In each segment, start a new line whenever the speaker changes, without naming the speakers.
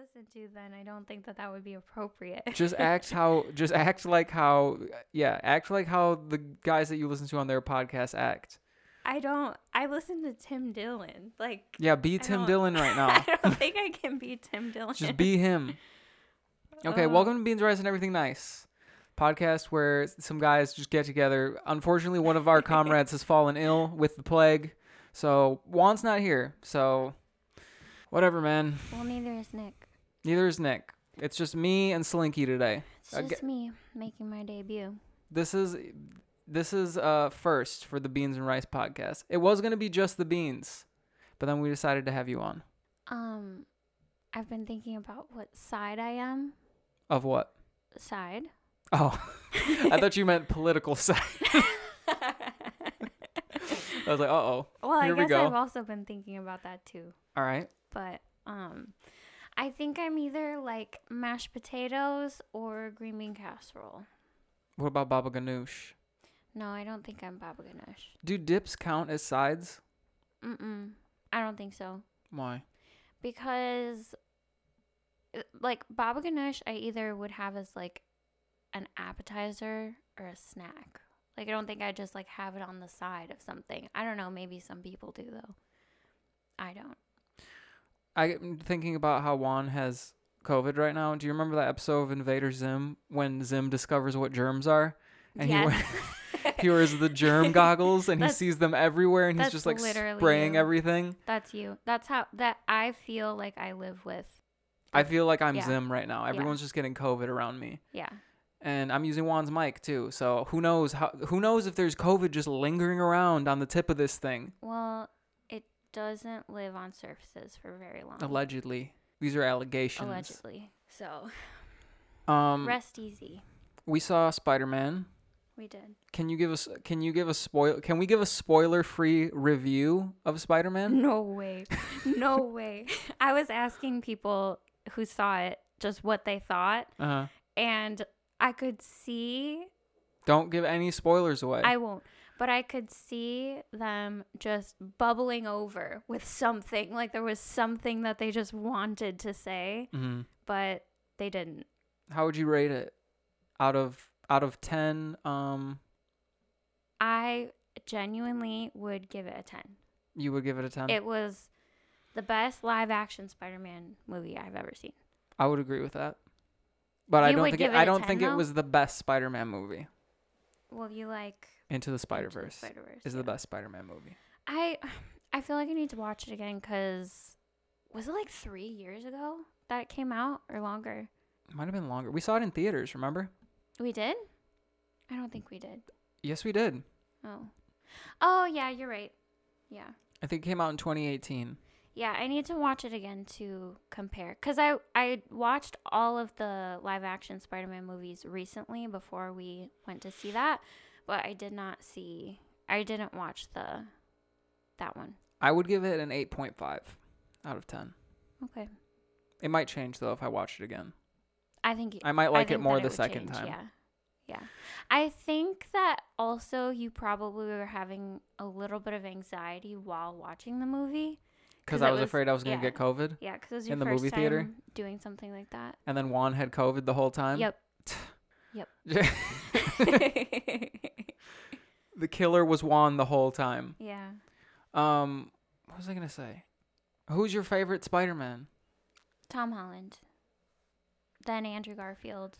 listen to, then I don't think that that would be appropriate.
just act how just act like how yeah act like how the guys that you listen to on their podcast act
I don't. I listen to Tim Dillon. Like
yeah be
I
tim
don't-
dillon right now
I don't think I can be Tim Dillon.
just be him okay
Oh.
welcome to beans rice and everything nice podcast where some guys just get together unfortunately one of our comrades has fallen ill with the plague so juan's not here so whatever man
Well, neither is Nick.
neither is nick it's just me and slinky today
It's
I
just me making my debut.
this is this is uh first for the beans and rice podcast it was going to be just the beans but then we decided to have you on
Um, I've been thinking about what side I am.
of what
Side.
oh i thought you meant political side i was like uh-oh
well,
Here
I
we
guess
go.
I've also been thinking about that too.
all right
But um, I think I'm either like mashed potatoes or green bean casserole.
what about baba ganoush
No, I don't think I'm baba ganoush.
do dips count as sides
Mm-mm. I don't think so.
why
because uh, like baba ganoush i either would have as like an appetizer or a snack like i don't think i just like have it on the side of something i don't know maybe some people do though i don't
i'm thinking about how juan has covid right now do you remember that episode of invader zim when zim discovers what germs are and he, wears, he wears the germ goggles and he
That's-
sees them everywhere and he's
that's
just like
literally
spraying
you.
everything
that's you that's how that i feel like i live with
I feel like I'm
Yeah.
Zim right now. Everyone's just getting COVID around me,
yeah
and I'm using Juan's mic too. So who knows? How, who knows if there's COVID just lingering around on the tip of this thing?
well it doesn't live on surfaces for very long
Allegedly, these are allegations.
allegedly so
Um,
rest easy
we saw Spider Man.
we did
Can you give us? Can you give us spoil? Can we give a spoiler-free review of Spider Man?
No way. No way. I was asking people who saw it just what they thought,
Uh-huh.
and I could see,
Don't give any spoilers away.
I won't, but I could see them just bubbling over with something. Like there was something that they just wanted to say,
hmm
but they didn't.
How would you rate it? Out of out of ten, um,
I genuinely would give it a 10.
you would give it a ten.
It was the best live action Spider Man movie I've ever seen.
I would agree with that. But I
You
don't
would
think
give
it,
it
I
a
don't
10,
think it
though?
was the best Spider-Man movie.
Well, you like
Into the
Into the
Spider-Verse
Spider-Verse,
is the
yeah.
best Spider-Man movie.
I I feel like I need to watch it again because was it like three years ago that it came out or longer?
It might have been longer. We saw it in theaters, remember?
We did? I don't think we did.
Yes, we did.
Oh. Oh yeah, you're right. Yeah.
I think it came out in 2018.
Yeah, I need to watch it again to compare cuz I I watched all of the live action Spider-Man movies recently before we went to see that, but I did not see I didn't watch the that one.
I would give it an 8.5 out of 10.
Okay.
It might change though if I watch it again.
I think
I might like it
think
more
that
the
would
second
change,
time.
Yeah. Yeah. I think that also you probably were having a little bit of anxiety while watching the movie.
Cuz
'Cause
I
it
was,
was-
afraid I was going to
yeah.
get COVID
Yeah, because it was your
In the
first
movie
time
theater?
doing something like that.
and then Juan had COVID the whole time.
Yep.
the killer was Juan the whole time.
yeah.
Um what was I going to say? Who's your favorite Spider-Man?
Tom Holland. Then Andrew Garfield.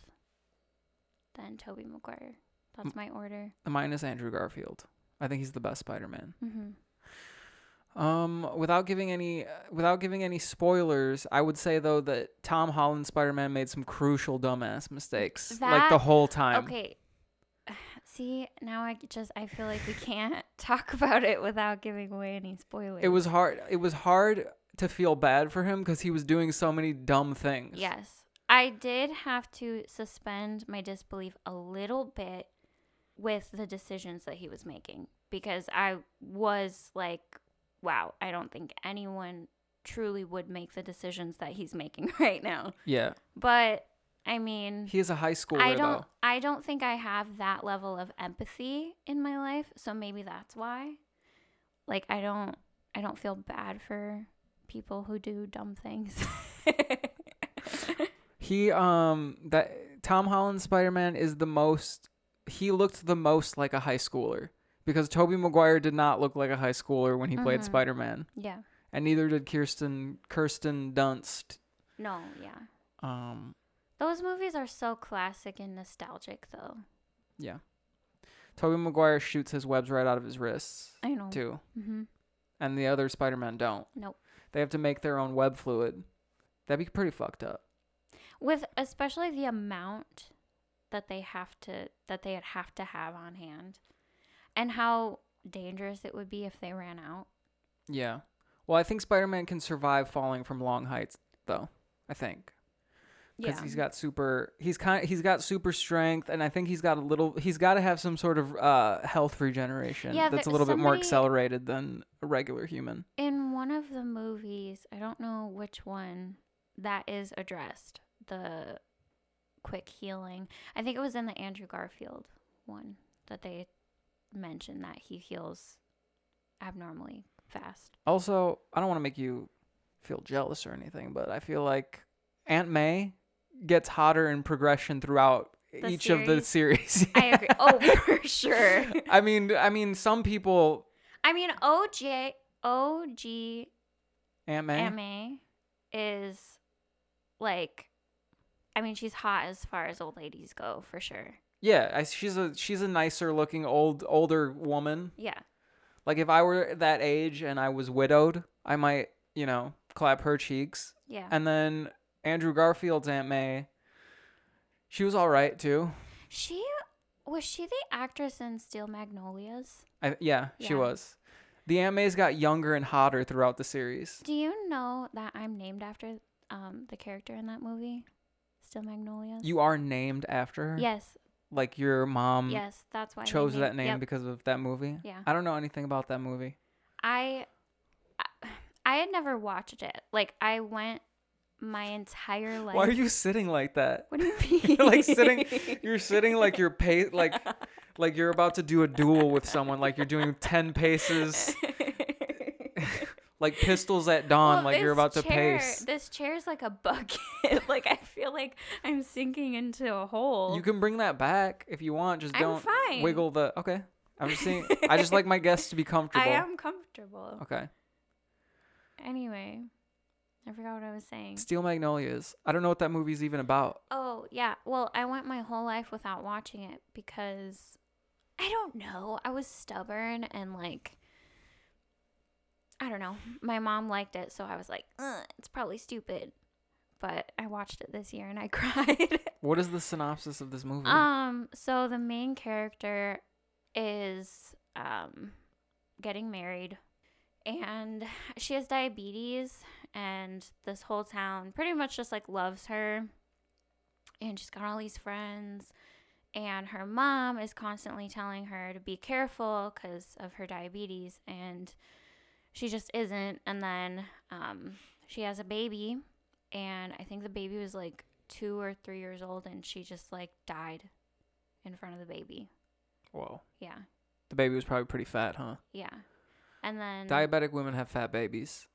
Then Toby Maguire. That's my order.
Mine is Andrew Garfield. I think he's the best Spider-Man.
Mm-hmm.
Um, without giving any uh, without giving any spoilers, I would say though that Tom Holland Spider-Man made some crucial dumbass mistakes like the
That-
whole time.
Okay. See, now I just I feel like we can't talk about it without giving away any spoilers.
It was hard. It was hard to feel bad for him because he was doing so many dumb things.
Yes. I did have to suspend my disbelief a little bit with the decisions that he was making because I was like, wow, I don't think anyone truly would make the decisions that he's making right now.
Yeah.
But I mean,
He is a high schooler
I don't
though.
I don't think I have that level of empathy in my life, so maybe that's why. Like I don't I don't feel bad for people who do dumb things.
He um that Tom Holland Spider-Man is the most he looked the most like a high schooler because Toby Maguire did not look like a high schooler when he played
Mhm.
Spider-Man
Yeah.
and neither did Kirsten Kirsten Dunst.
No, yeah.
Um
Those movies are so classic and nostalgic though.
Toby Maguire shoots his webs right out of his wrists
I know.
too,
hmm
and the other Spider-Man don't.
Nope.
They have to make their own web fluid. That'd be pretty fucked up.
With especially the amount that they have to that they would have to have on hand and how dangerous it would be if they ran out.
Yeah. Well, I think Spider-Man can survive falling from long heights though. I think because he's got super he's kind he's got super strength and i think he's got a little he's got to have some sort of uh health regeneration
Yeah,
that's a
there-
little bit more
somebody-
accelerated than a regular human
In one of the movies, I don't know which one, that is addressed the quick healing. I think it was in the Andrew Garfield one that they mentioned that he heals abnormally fast.
also i don't want to make you feel jealous or anything but i feel like aunt may gets hotter in progression throughout
The
each of the series
I agree. Oh, for sure.
i mean i mean some people
I mean, OJ, OG
aunt may
May is like, I mean, she's hot as far as old ladies go, for sure.
yeah I, she's a she's a nicer looking old older woman
Yeah.
Like if I were that age and I was widowed, I might, you know, clap her cheeks.
Yeah.
And then Andrew Garfield's Aunt May, she was all right too.
She was she the actress in Steel Magnolias?
I, yeah, she
Yeah.
was. The Aunt May's got younger and hotter throughout the series.
Do you know that I'm named after um, the character in that movie, Steel Magnolias?
You are named after her.
yes,
Like your mom
yes, that's why they
chose
named-
that name
yep,
because of that movie.
yeah,
I don't know anything about that movie.
I, I I had never watched it. Like I went my entire life.
Why are you sitting like that?
What do you mean?
You're like sitting you're sitting like you're pa- like like you're about to do a duel with someone like you're doing 10 paces like pistols at dawn,
Well,
like you're
this
about to
chair-
pace.
This chair is like a bucket. like I feel like I'm sinking into a hole.
You can bring that back if you want. Just
I'm
don't
fine.
wiggle the. Okay, I'm just saying. I just like my guests to be comfortable.
I am comfortable.
Okay,
Anyway, I forgot what I was saying.
Steel Magnolias. I don't know what that movie's even about.
Oh, yeah. Well, I went my whole life without watching it because I don't know. I was stubborn and like I don't know. My mom liked it, so I was like, Ugh, it's probably stupid. But I watched it this year and I cried.
What is the synopsis of this movie?
Um, so the main character is um getting married and she has diabetes and this whole town pretty much just like loves her and she's got all these friends and her mom is constantly telling her to be careful because of her diabetes and she just isn't and then um, she has a baby and i think the baby was like two or three years old and she just like died in front of the baby
Whoa,
yeah
the baby was probably pretty fat, huh?
yeah and then
Diabetic women have fat babies.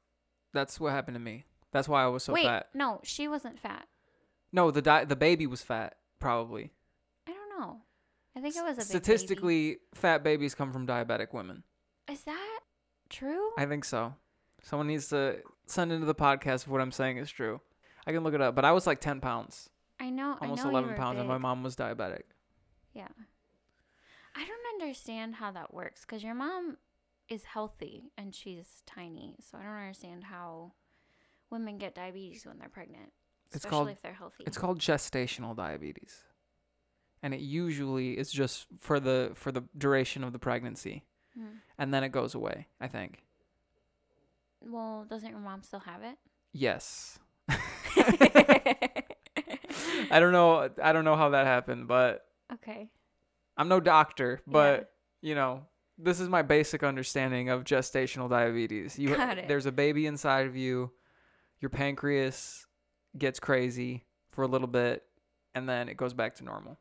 That's what happened to me. That's why I was so
wait
fat.
no she wasn't fat
No, the di- the baby was fat. Probably.
i don't know i think it was a big baby.
statistically fat babies come from diabetic women.
is that true
I think so. Someone needs to send into the podcast if what I'm saying is true. I can look it up, but I was like 10 pounds,
i know
almost
Oh, I know you
11
were
pounds, and my
big.
mom was diabetic.
Yeah. I don't understand how that works because your mom is healthy and she's tiny. So I don't understand how women get diabetes when they're pregnant, especially
It's called-
if they're healthy.
It's called gestational diabetes, and it usually is just for the for the duration of the pregnancy,
Mm.
and then it goes away. I think.
Well, doesn't your mom still have
Yes.
it?
I don't know. I don't know how that happened, but
okay.
I'm no doctor,
Yeah.
but you know, this is my basic understanding of gestational diabetes. You
Got it.
there's a baby inside of you. Your pancreas gets crazy for a little bit and then it goes back to normal.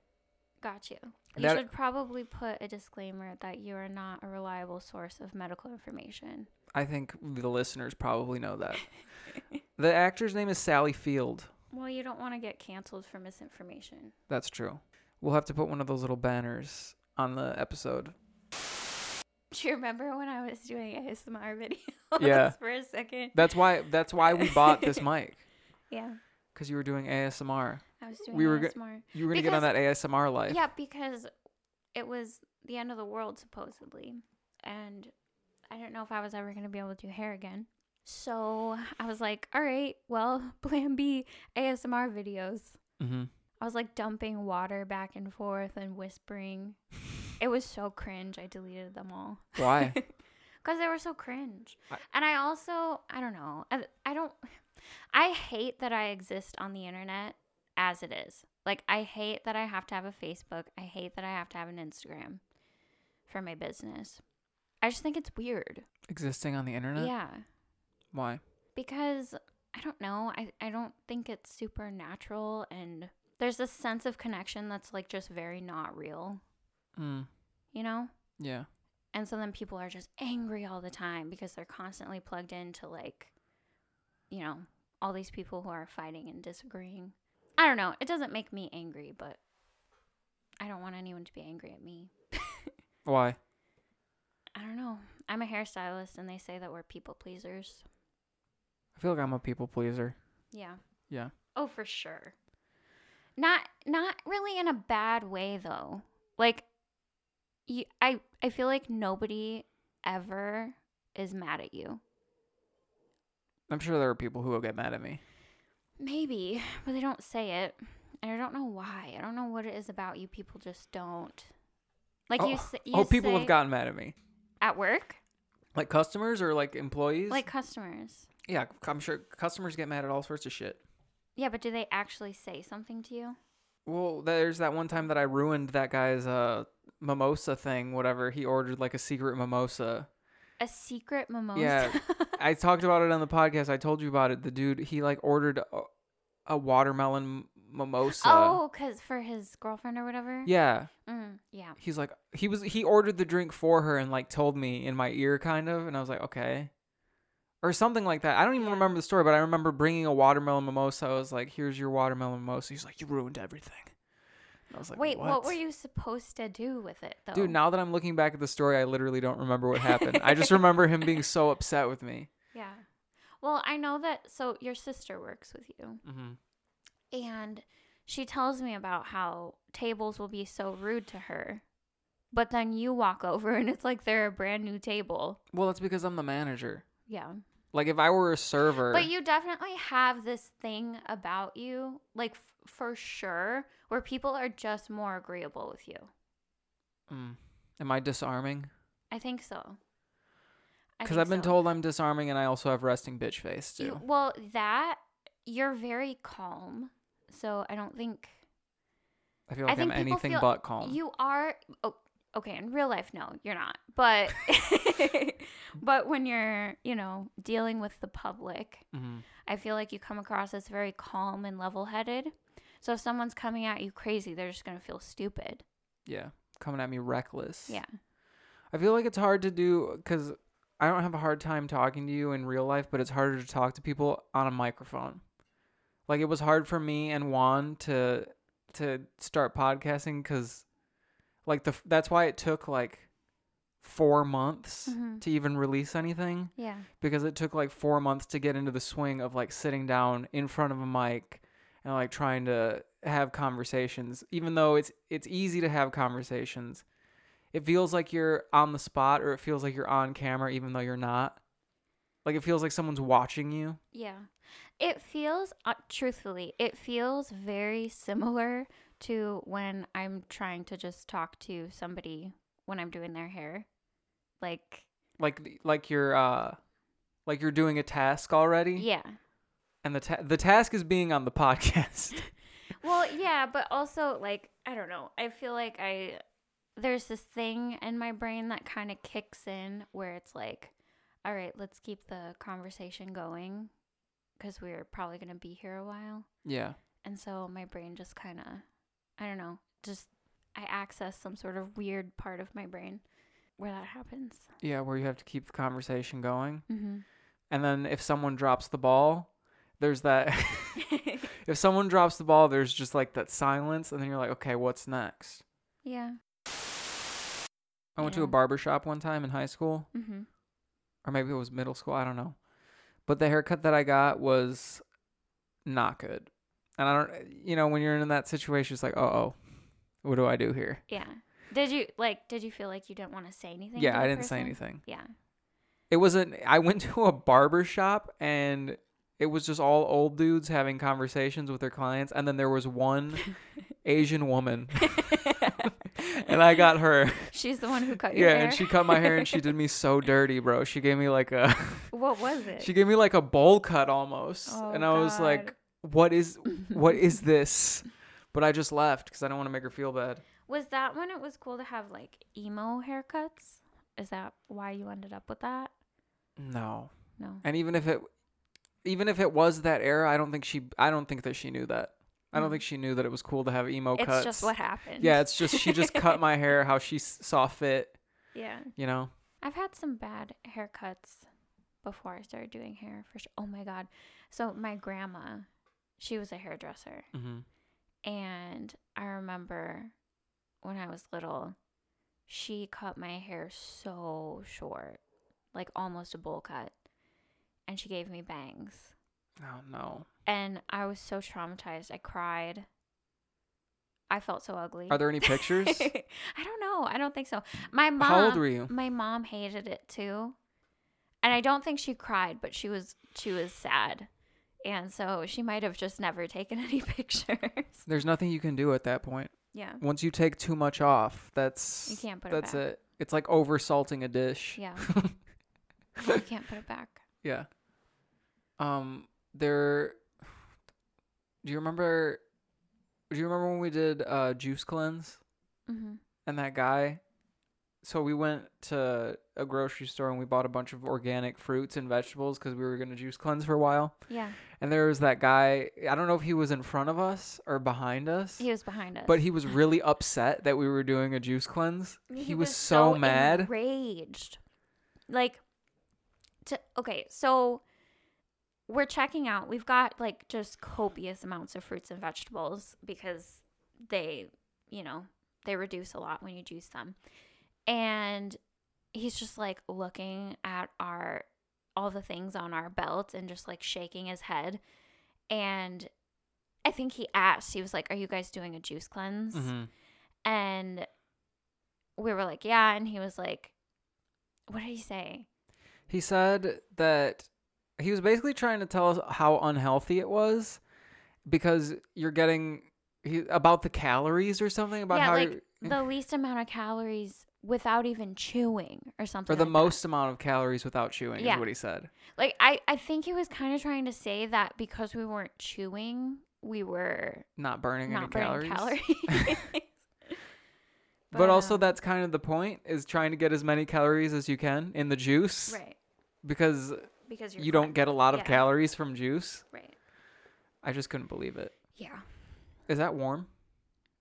Got you. You
That-
should probably put a disclaimer that you are not a reliable source of medical information.
I think the listeners probably know that. the actor's name is Sally Field.
Well, you don't want to get canceled for misinformation.
That's true. We'll have to put one of those little banners on the episode.
Do you remember when I was doing ASMR videos
Yeah.
for a second?
That's why that's why we bought this mic
Yeah,
cuz you were doing ASMR.
I was doing
We were go-
ASMR.
You were going to get on that ASMR life.
yeah, because it was the end of the world supposedly, and I didn't know if I was ever going to be able to do hair again. So I was like, all right, well, Plan B ASMR videos.
Mhm.
I was like dumping water back and forth and whispering. It was so cringe. I deleted them all.
Why?
Because they were so cringe.
I-
and I also, I don't know. I, I don't, I hate that I exist on the internet as it is. Like, I hate that I have to have a Facebook. I hate that I have to have an Instagram for my business. I just think it's weird.
Existing on the internet?
Yeah.
Why?
Because I don't know. I, I don't think it's supernatural. And there's this sense of connection that's like just very not real,
Mm.
you know?
Yeah.
And so then people are just angry all the time because they're constantly plugged into like, you know, all these people who are fighting and disagreeing. I don't know. It doesn't make me angry, but I don't want anyone to be angry at me.
Why?
I don't know. I'm a hairstylist and they say that we're people pleasers.
I feel like I'm a people pleaser.
Yeah.
Yeah.
Oh, for sure. Not not really in a bad way though. Like you, I I feel like nobody ever is mad at you.
I'm sure there are people who will get mad at me.
Maybe, but they don't say it. And I don't know why. I don't know what it is about you people just don't. Like you,
Oh,
s- you
oh, people
say-
have gotten mad at me.
at work,
Like customers or like employees?
like customers.
yeah, I'm sure customers get mad at all sorts of shit.
Yeah, but do they actually say something to you?
Well, there's that one time that I ruined that guy's uh mimosa thing, whatever. He ordered like a secret mimosa.
A secret mimosa.
Yeah. I talked about it on the podcast. I told you about it. The dude, he like ordered a, a watermelon m- mimosa.
oh, cause for his girlfriend or whatever.
uh, Yeah.
Mm, yeah.
He's like he was he ordered the drink for her and like told me in my ear kind of and I was like, "Okay." Or something like that. I don't even
Yeah.
remember the story, but I remember bringing a watermelon mimosa. I was like, "Here's your watermelon mimosa." He's like, "You ruined everything." And I was like,
Wait, what?
what
were you supposed to do with it though?
Dude, now that I'm looking back at the story, I literally don't remember what happened. I just remember him being so upset with me.
Yeah. Well, I know that. So your sister works with you.
Mm-hmm.
and she tells me about how tables will be so rude to her but then you walk over and it's like they're a brand new table
Well, that's because I'm the manager.
yeah
Like, if I were a server,
but you definitely have this thing about you like f- for sure where people are just more agreeable with you
Mm. am I disarming?
i think so I
Because
think
I've been
so.
told I'm disarming, and I also have resting bitch face too.
You- well that you're very calm so i don't think
I feel like I am
think people
anything
feel-
but calm.
You are oh, okay in real life. No, you're not. But but when you're you know dealing with the public,
hmm
I feel like you come across as very calm and level-headed. So if someone's coming at you crazy, they're just gonna feel stupid.
Yeah, coming at me reckless.
Yeah.
I feel like it's hard to do because I don't have a hard time talking to you in real life, but it's harder to talk to people on a microphone. Like it was hard for me and Juan to to start podcasting because, like the f- that's why it took like four months
Mhm.
to even release anything
Yeah.
because it took like four months to get into the swing of like sitting down in front of a mic and like trying to have conversations even though it's it's easy to have conversations it feels like you're on the spot or it feels like you're on camera even though you're not like it feels like someone's watching you
Yeah. It feels, uh, truthfully, it feels very similar to when I'm trying to just talk to somebody when I'm doing their hair. Like,
like like you're uh like you're doing a task already
yeah.
and the ta- the task is being on the podcast
Well, yeah, but also like I don't know. I feel like I there's this thing in my brain that kind of kicks in where it's like, all right, let's keep the conversation going because we're probably gonna be here a while.
yeah
And so my brain just kind of, I don't know, just I access some sort of weird part of my brain where that happens.
yeah where you have to keep the conversation going
Mm-hmm.
and then if someone drops the ball there's that if someone drops the ball, there's just like that silence, and then you're like, okay, what's next?
Yeah.
I went to
Yeah.
a barber shop one time in high school,
Mm-hmm.
or maybe it was middle school. I don't know. But the haircut that I got was not good. And I don't, you know, when you're in that situation, it's like, oh, oh, what do I do here?
Yeah. Did you like? Did you feel like you didn't want to say anything? to
yeah,
the
I didn't
person?
say anything.
Yeah.
It wasn't, I went to a barber shop and it was just all old dudes having conversations with their clients. And then there was one Asian woman and I got her.
She's the one who cut your
Yeah.
hair.
And she cut my hair and she did me so dirty, bro. She gave me like a.
What was it?
She gave me like a bowl cut almost,
Oh,
and I was like,
God.
"What is, what is this?" But I just left because I don't want to make her feel bad.
was that when it was cool to have like emo haircuts? Is that why you ended up with that?
No,
No.
and even if it, even if it was that era, I don't think she, I don't think that she knew that. I don't
Mm.
think she knew that it was cool to have emo
It's
cuts.
just what happened.
yeah, it's just she just cut my hair how she s- saw fit.
yeah.
You know,
I've had some bad haircuts before I started doing hair. For sure. Oh my god. So my grandma, she was a hairdresser,
mm-hmm.
and I remember when I was little, she cut my hair so short, like almost a bowl cut, and she gave me bangs.
oh no.
and I was so traumatized. I cried. I felt so ugly.
Are there any pictures?
I don't know. I don't think so. My mom.
how old were you?
My mom hated it too, and I don't think she cried, but she was she was sad, and so she might have just never taken any pictures.
There's nothing you can do at that point.
yeah,
Once you take too much off, that's
you can't put
that's
it back.
it. It's like over salting a dish.
Yeah,
Yeah.
you can't put it back.
Um there Do you remember do you remember when we did uh juice cleanse
Mm-hmm.
and that guy so we went to a grocery store and we bought a bunch of organic fruits and vegetables cuz we were going to juice cleanse for a while.
Yeah,
And there was that guy, I don't know if he was in front of us or behind us.
he was behind us,
but he was really upset that we were doing a juice cleanse. He, was, so mad.
enraged. Like, to, okay, so we're checking out. We've got like just copious amounts of fruits and vegetables because they, you know, they reduce a lot when you juice them. And he's just like looking at our all the things on our belt and just like shaking his head. And I think he asked, he was like, Are you guys doing a juice cleanse?
hmm
and we were like, yeah. And he was like, what did he say?
He said that he was basically trying to tell us how unhealthy it was because you're getting he, about the calories or something about
yeah,
how
like
you're-
the least amount of calories without even chewing or something.
or the
like that.
most amount of calories without chewing
Yeah.
is what he said.
Like, I, I think he was kind of trying to say that because we weren't chewing, we were
Not burning
not
any
burning
calories.
calories.
But, also
um,
that's kind of the point is trying to get as many calories as you can in the juice
Right.
because
Because you're
you don't get a lot of
Yeah.
calories from juice.
Right.
I just couldn't believe it.
Yeah.
Is that warm?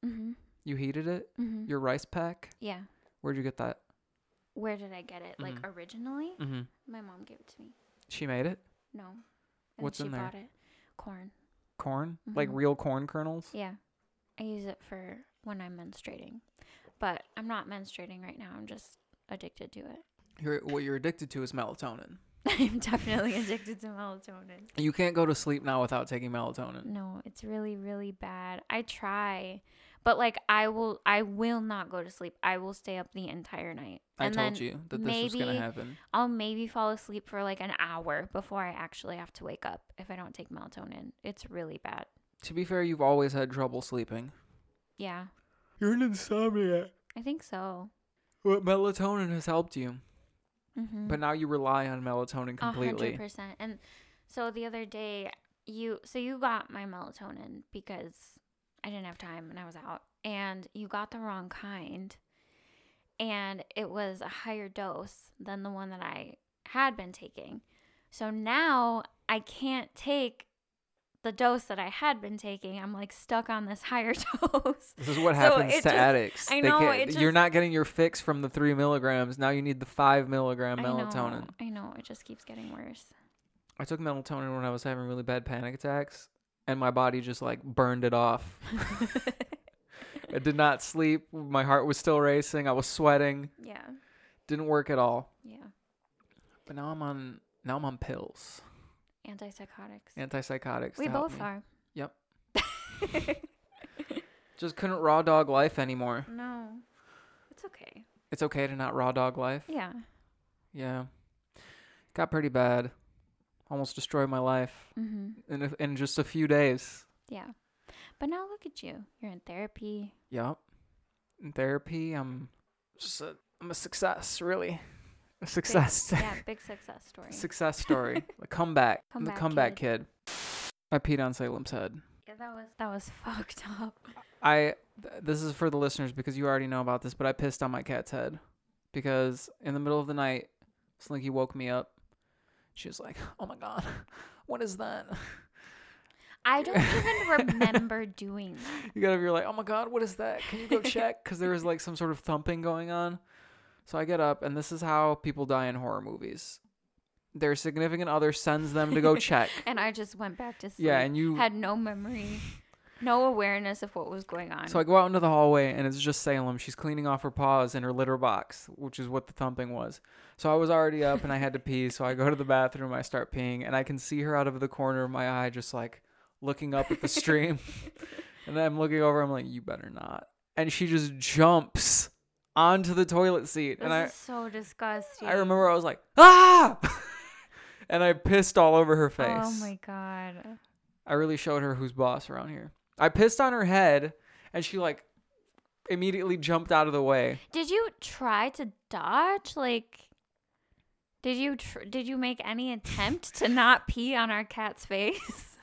Mm-hmm.
You heated it?
Mm-hmm.
Your rice pack?
Yeah.
Where'd you get that?
Where did I get it? Like, originally?
Mm-hmm.
My mom gave it to me.
She made it?
No. And
What's
she
in there?
bought it. Corn.
Corn? Like
Mhm.
real corn kernels?
Yeah. I use it for when I'm menstruating. But I'm not menstruating right now. I'm just addicted to it.
You're, what you're addicted to is melatonin.
I'm definitely addicted to melatonin.
You can't go to sleep now without taking melatonin.
No, it's really really bad. I try, but like I will I will not go to sleep. I will stay up the entire night.
I
and
told
then
you that this was going
maybe-
to happen.
I'll maybe fall asleep for like an hour before I actually have to wake up if I don't take melatonin. It's really bad.
To be fair, you've always had trouble sleeping.
Yeah.
You're an insomniac.
I think so.
What melatonin has helped you,
Mhm.
but now you rely on melatonin
A hundred
completely.
percent. And so the other day, you so you got my melatonin because I didn't have time and I was out, and you got the wrong kind, and it was a higher dose than the one that I had been taking. So now I can't take the dose that I had been taking. I'm like stuck on this higher dose.
This is what
So
happens
it
to
just-
addicts.
I
They
know,
can't-
it
you're
just-
not getting your fix from the three milligrams. Now you need the five milligram
I know,
melatonin.
I know, it just keeps getting worse.
I took melatonin when I was having really bad panic attacks, and my body just like burned it off. I did not sleep. My heart was still racing. I was sweating.
yeah.
Didn't work at all.
Yeah.
But now I'm on now I'm on pills,
Antipsychotics.
antipsychotics.
we
to help
both
me.
are.
Yep. Just couldn't raw dog life anymore.
no. It's okay.
It's okay to not raw dog life.
Yeah.
Yeah. Got pretty bad. Almost destroyed my life
hmm
in a, in just a few days.
Yeah. But now look at you. You're in therapy.
Yep. In therapy, I'm just a, I'm a success, really. A success.
Yeah, big success story.
success story. a comeback. I'm the
Comeback
comeback kid. I peed on Salem's head.
yeah, that was that was fucked up.
I th- this is for the listeners because you already know about this, but I pissed on my cat's head because in the middle of the night, Slinky woke me up. She was like, "Oh my god, what is that?"
I don't even remember doing that.
You gotta be like, "Oh my god, what is that? Can you go check?" Because there was like some sort of thumping going on. So I get up, and this is how people die in horror movies. Their significant other sends them to go check.
And I just went back to sleep.
yeah, and you
had no memory, no awareness of what was going on.
So I go out into the hallway and it's just Salem. She's cleaning off her paws in her litter box, which is what the thumping was. So I was already up and I had to pee. So I go to the bathroom, I start peeing, and I can see her out of the corner of my eye, just like looking up at the stream. and I'm looking over, I'm like, you better not. And she just jumps onto the toilet seat.
this
and I,
is so disgusting.
I remember I was like, ah! and I pissed all over her face.
Oh my god.
I really showed her who's boss around here. I pissed on her head and she like immediately jumped out of the way.
Did you try to dodge? Like, did you tr- did you make any attempt to not pee on our cat's face?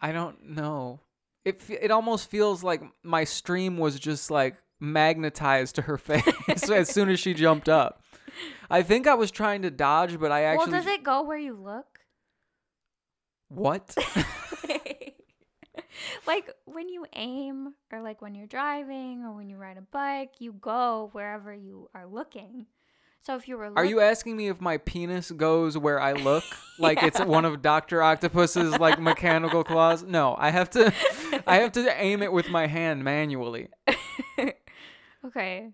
I don't know. It fe- it almost feels like my stream was just like magnetized to her face as soon as she jumped up. I think I was trying to dodge, but I actually
well, does it go where you look?
what?
like when you aim, or like when you're driving, or when you ride a bike, you go wherever you are looking. So if you were,
Are you asking me if my penis goes where I look? Like it's one of Dr. Octopus's like mechanical claws? No, I have to I have to aim it with my hand manually.
okay?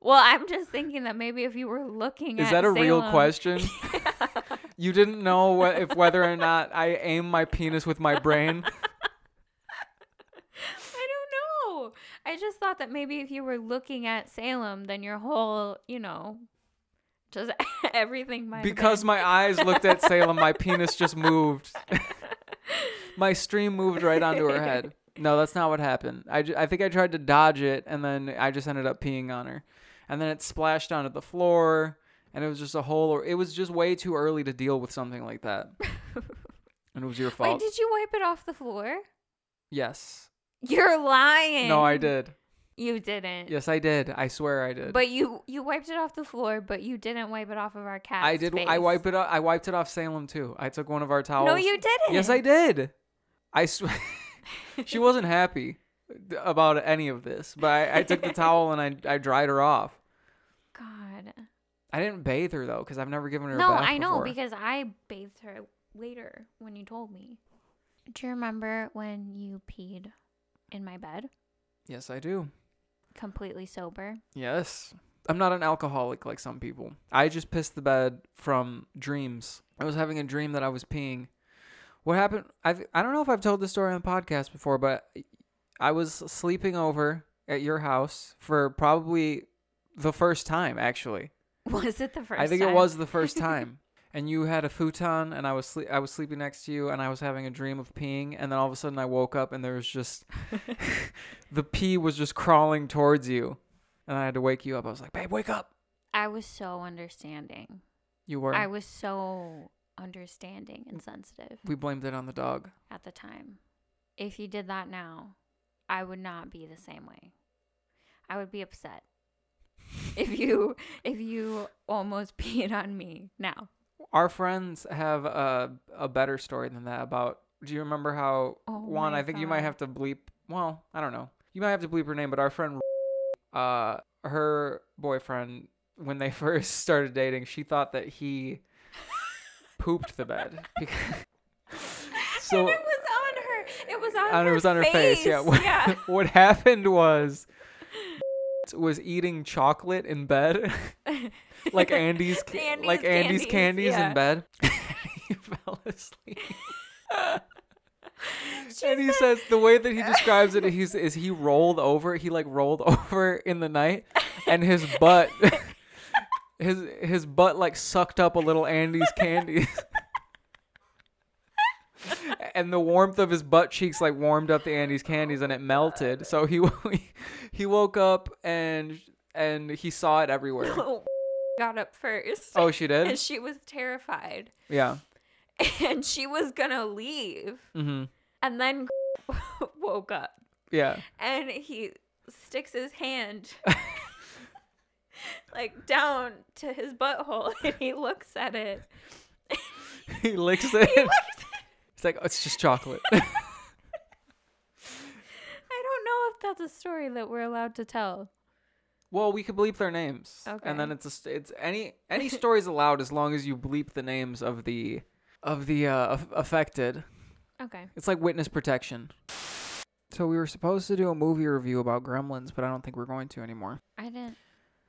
Well, I'm just thinking that maybe if you were looking,
Is
at
that a real
Salem-
question? You didn't know wh- if whether or not I aim my penis with my brain.
I don't know. I just thought that maybe if you were looking at Salem, then your whole, you know, just everything might have
Because
been-
my eyes looked at Salem, my penis just moved. my stream moved right onto her head. No, that's not what happened. I, ju- I think I tried to dodge it, and then I just ended up peeing on her. And then it splashed onto the floor, and it was just a whole. Or it was just way too early to deal with something like that. and it was your
Wait,
fault.
did you wipe it off the floor?
yes.
You're lying.
No, I did.
You didn't.
Yes, I did. I swear I did.
But you you wiped it off the floor, but you didn't wipe it off of our cat.
I did. I wiped it. Off, I wiped it off Salem too. I took one of our towels.
No, you didn't.
Yes, I did. I sw- she wasn't happy d- about any of this, but I, I took the towel and I I dried her off.
God.
I didn't bathe her though because I've never given her
No,
a bath
I know
before.
because I bathed her later when you told me. Do you remember when you peed in my bed,
yes, I do.
completely sober?
Yes, I'm not an alcoholic like some people. I just pissed the bed from dreams. I was having a dream that I was peeing. What happened? I I don't know if I've told this story on the podcast before, but I was sleeping over at your house for probably the first time. Actually,
Was it the first?
I think it
time?
was the first time. and you had a futon, and I was sle- I was sleeping next to you, and I was having a dream of peeing, and then all of a sudden I woke up, and there was just the pee was just crawling towards you, and I had to wake you up. I was like, "Babe, wake up!"
I was so understanding.
You were.
I was so understanding and sensitive
we blamed it on the dog.
at the time. If you did that now, I would not be the same way. I would be upset if you if you almost peed on me now.
Our friends have a a better story than that about. Do you remember how
Oh
one?
my
I think you might
God.
have to bleep. Well, I don't know. You might have to bleep her name, but our friend, uh, her boyfriend, when they first started dating, she thought that he pooped the bed. Because, so
and it was on her.
It was on
and
her
it was on her face. Yeah. What,
yeah.
what happened was was eating chocolate in bed, like Andy's,
Andy's
like Andy's
candies,
candies
yeah.
in bed. he fell asleep.
She
and he
said-
says the way that he describes it, he's is he rolled over. He like rolled over in the night, and his butt, his his butt like sucked up a little Andy's candies. And the warmth of his butt cheeks like warmed up the Andy's candies, and it melted. So he he woke up and and he saw it everywhere.
got up first.
Oh, she
And
did.
she was terrified.
Yeah.
And she was gonna leave.
Mm-hmm.
And then woke up.
Yeah.
And he sticks his hand like down to his butthole and he looks at it.
he licks it. It's like oh, it's just chocolate.
I don't know if that's a story that we're allowed to tell.
Well, we could bleep their names, and then
Okay.
it's a, st- it's any any stories allowed as long as you bleep the names of the of the uh, aff- affected.
Okay.
It's like witness protection. So we were supposed to do a movie review about Gremlins, but I don't think we're going to anymore.
I didn't.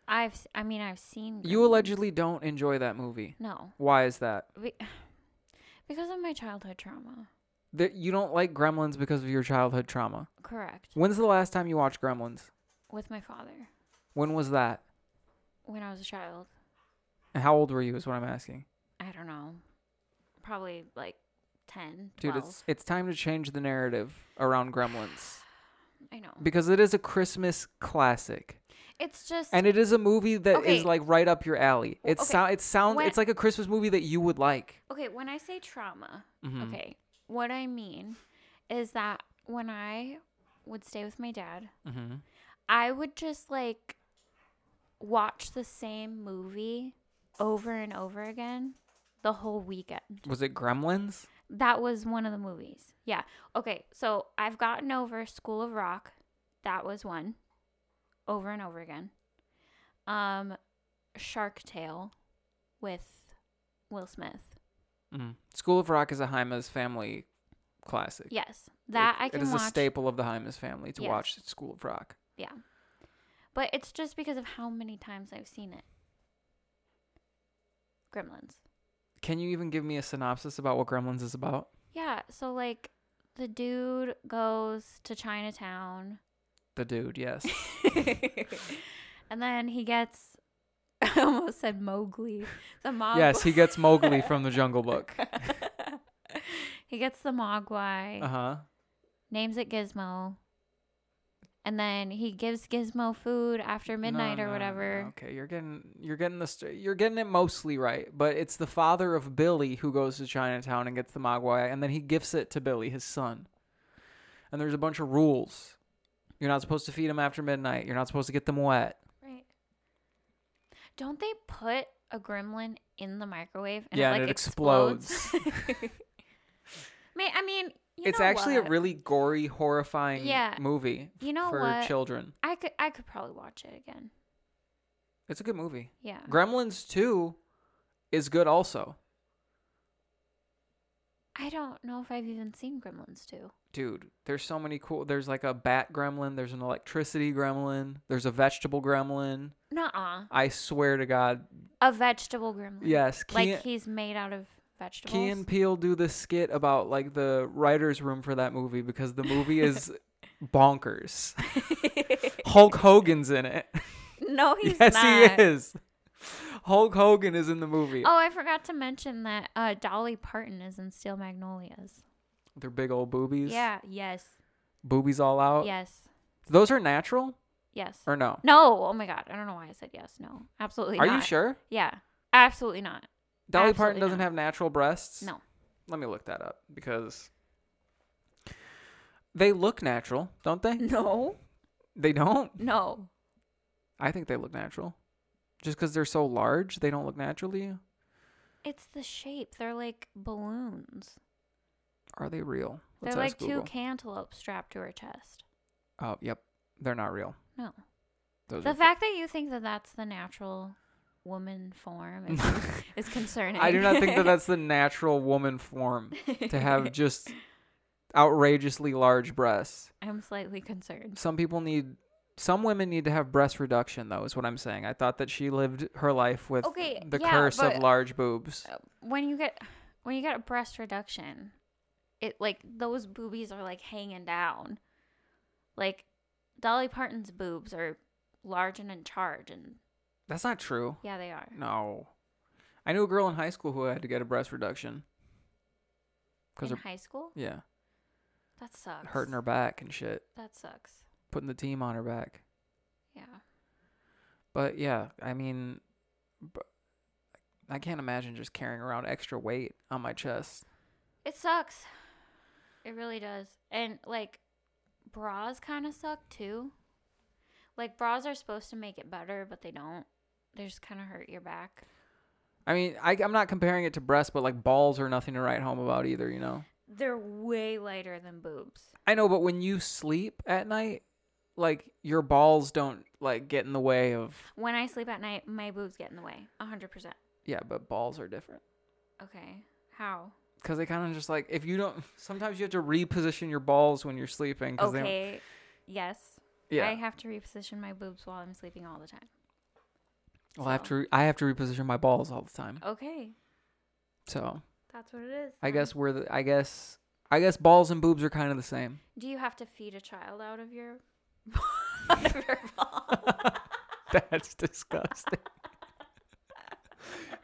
I've. s- I mean, I've seen.
You
Gremlins.
allegedly don't enjoy that movie.
No,
Why is that?
we, because of my childhood trauma.
That you don't like Gremlins because of your childhood trauma.
Correct.
When's the last time you watched Gremlins?
With my father
When was that?
when I was a child.
And how old were you? Is what I'm asking.
I don't know. Probably like 10,
Dude,
12.
it's it's time to change the narrative around Gremlins
I know.
because it is a Christmas classic.
It's just.
and it is a movie that is
Okay.
like right up your alley. It
okay.
sound it sounds
When-
it's like a Christmas movie that you would like.
okay, when I say trauma,
Mhm.
okay, what I mean is that when I would stay with my dad,
Mm-hmm.
I would just like watch the same movie over and over again the whole weekend.
Was it Gremlins?
That was one of the movies. Yeah. Okay. So I've gotten over School of Rock. That was one. Over and over again. Um Shark Tale with Will Smith.
Mm. School of Rock is a Jaime's family classic.
Yes. That
It-
I can
It is
watch.
a staple of the Jaime's family to
Yes.
watch School of Rock.
But it's just because of how many times I've seen it. Gremlins.
Can you even give me a synopsis about what Gremlins is about?
Yeah, so like the dude goes to Chinatown
The dude, yes.
and then he gets I almost said Mowgli. The mob
yes, he gets Mowgli from the Jungle Book.
He gets the Mogwai,
Uh huh.
names it Gizmo, and then he gives Gizmo food after midnight or whatever.
Okay, you're getting you're getting the st- you're getting it mostly right, but it's the father of Billy who goes to Chinatown and gets the Mogwai, and then he gifts it to Billy, his son. And there's a bunch of rules. You're not supposed to feed them after midnight. You're not supposed to get them wet.
Right. Don't they put a gremlin in the microwave
Yeah,
it,
and
like
it
explodes? May I mean, you
it's
know
actually
what?
a really gory, horrifying
Yeah.
movie
You know
for
what?
children.
I could I could probably watch it again.
It's a good movie.
Yeah.
Gremlins 2 is good also.
I don't know if I've even seen Gremlins 2.
dude there's so many cool there's like a bat gremlin there's an electricity gremlin there's a vegetable gremlin
Nuh-uh.
i swear to god
A vegetable gremlin.
yes
Like
Key
he's made out of vegetables.
Key and Peele do this skit about like the writers' room for that movie because the movie is bonkers. Hulk Hogan's in it.
no, he's
yes,
not.
he is. Hulk Hogan is in the movie.
Oh, I forgot to mention that uh, Dolly Parton is in Steel Magnolias.
They're big old boobies.
Yeah. Yes.
Boobies all out.
Yes.
Those are natural
Yes.
or no?
No. Oh my God. I don't know why I said yes. No. Absolutely
are
not.
you sure?
Yeah. Absolutely not.
Dolly Parton
Absolutely
doesn't
not.
have natural breasts?
No.
Let me look that up because they look natural, don't they?
No.
They don't.
No.
I think they look natural. Just because they're so large, they don't look natural to you.
It's the shape. They're like balloons.
Are they real?
They're like
ask Google.
two cantaloupes strapped to her chest.
oh, yep. They're not real.
No.
Those
The
are
fact that you think that that's the natural woman form is, is concerning.
I do not think that that's the natural woman form to have just outrageously large breasts.
I'm slightly concerned.
Some people need some women need to have breast reduction though, is what I'm saying. I thought that she lived her life with
Okay,
the
yeah,
curse
but-
of large boobs.
When you get when you get a breast reduction, it like those boobies are like hanging down. Like Dolly Parton's boobs are large and in charge and
That's not true.
yeah, they are.
No. I knew a girl in high school who had to get a breast reduction. Cuz
in
her
high school?
yeah,
That sucks.
hurting her back and shit,
That sucks.
putting the team on her back.
Yeah.
But yeah, I mean, b- I can't imagine just carrying around extra weight on my chest.
It sucks. It really does. And like bras kind of suck too. Like bras are supposed to make it better, but they don't. They just kind of hurt your back.
I mean, I, I'm not comparing it to breasts, but like balls are nothing to write home about either, you know?
They're way lighter than boobs.
I know, but when you sleep at night, like your balls don't like get in the way of.
When I sleep at night, my boobs get in the way. 100%.
Yeah, but balls are different.
Okay. How?
Because they kind of just like, if you don't, sometimes you have to reposition your balls when you're sleeping. 'cause
Okay. Yes.
They, yeah.
I have to reposition my boobs while I'm sleeping all the time.
well, I have to, re- I have to reposition my balls all the time.
Okay.
So
That's what it is.
I
then.
guess we're the, I guess, I guess balls and boobs are kind of the same.
Do you have to feed a child out of your, out of your ball?
That's disgusting.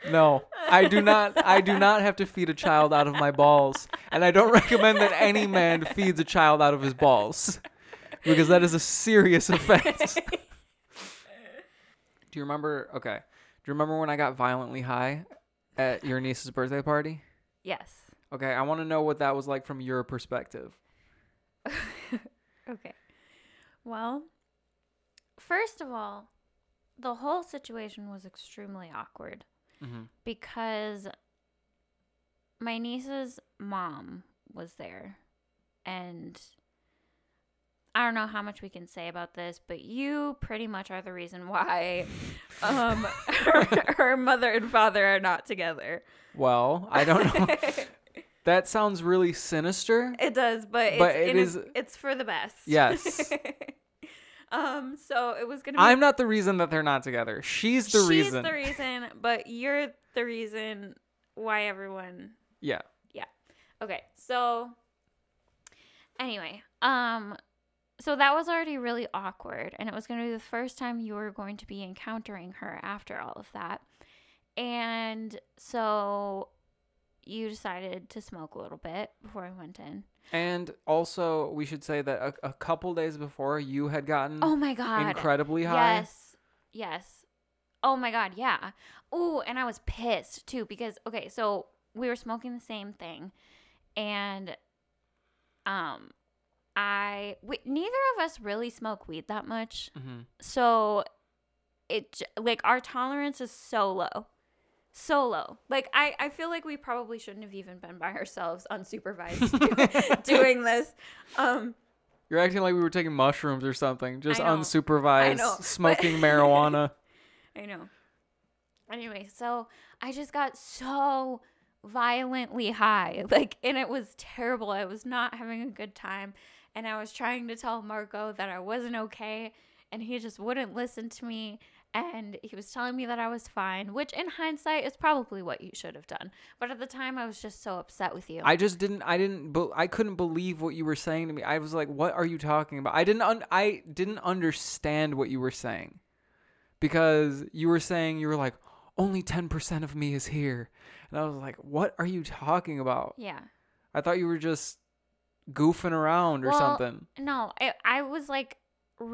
No, I do not. I do not have to feed a child out of my balls, and I don't recommend that any man feeds a child out of his balls, because that is a serious offense. do you remember? Okay, do you remember when I got violently high at your niece's birthday party?
Yes.
Okay, I want to know what that was like from your perspective.
okay. Well, first of all, the whole situation was extremely awkward
Mm-hmm.
because my niece's mom was there. And I don't know how much we can say about this, but you pretty much are the reason why um, her, her mother and father are not together.
Well, I don't know. that sounds really sinister.
It does, but,
But
it's,
it
it is
is-
it's for the best.
Yes.
um. So it was gonna. Be,
I'm not the reason that they're not together. She's the
she's
reason.
the reason, but you're the reason why everyone.
yeah.
Okay. So. Anyway, um, so that was already really awkward, and it was gonna be the first time you were going to be encountering her after all of that, and so you decided to smoke a little bit before I went in.
And also, we should say that a, a couple days before, you had gotten
Oh my god.
incredibly high.
Yes. Yes. Oh my god, yeah. Ooh, and I was pissed too because okay, so we were smoking the same thing and um I we, neither of us really smoke weed that much.
Mhm.
So it j- like our tolerance is so low. So low. Like I I feel like we probably shouldn't have even been by ourselves unsupervised doing this. Um
You're acting like we were taking mushrooms or something, just
I know.
unsupervised
I know, but-
smoking marijuana.
I know. Anyway, so I just got so violently high. Like, and it was terrible. I was not having a good time. And I was trying to tell Marco that I wasn't okay. And he just wouldn't listen to me. And he was telling me that I was fine, which in hindsight is probably what you should have done. But at the time, I was just so upset with you.
I just didn't. I didn't. Be, I couldn't believe what you were saying to me. I was like, "What are you talking about?" I didn't. Un, I didn't understand what you were saying, because you were saying you were like, "Only ten percent of me is here," and I was like, "What are you talking about?"
yeah.
I thought you were just goofing around or
Well,
something.
No, I, I was like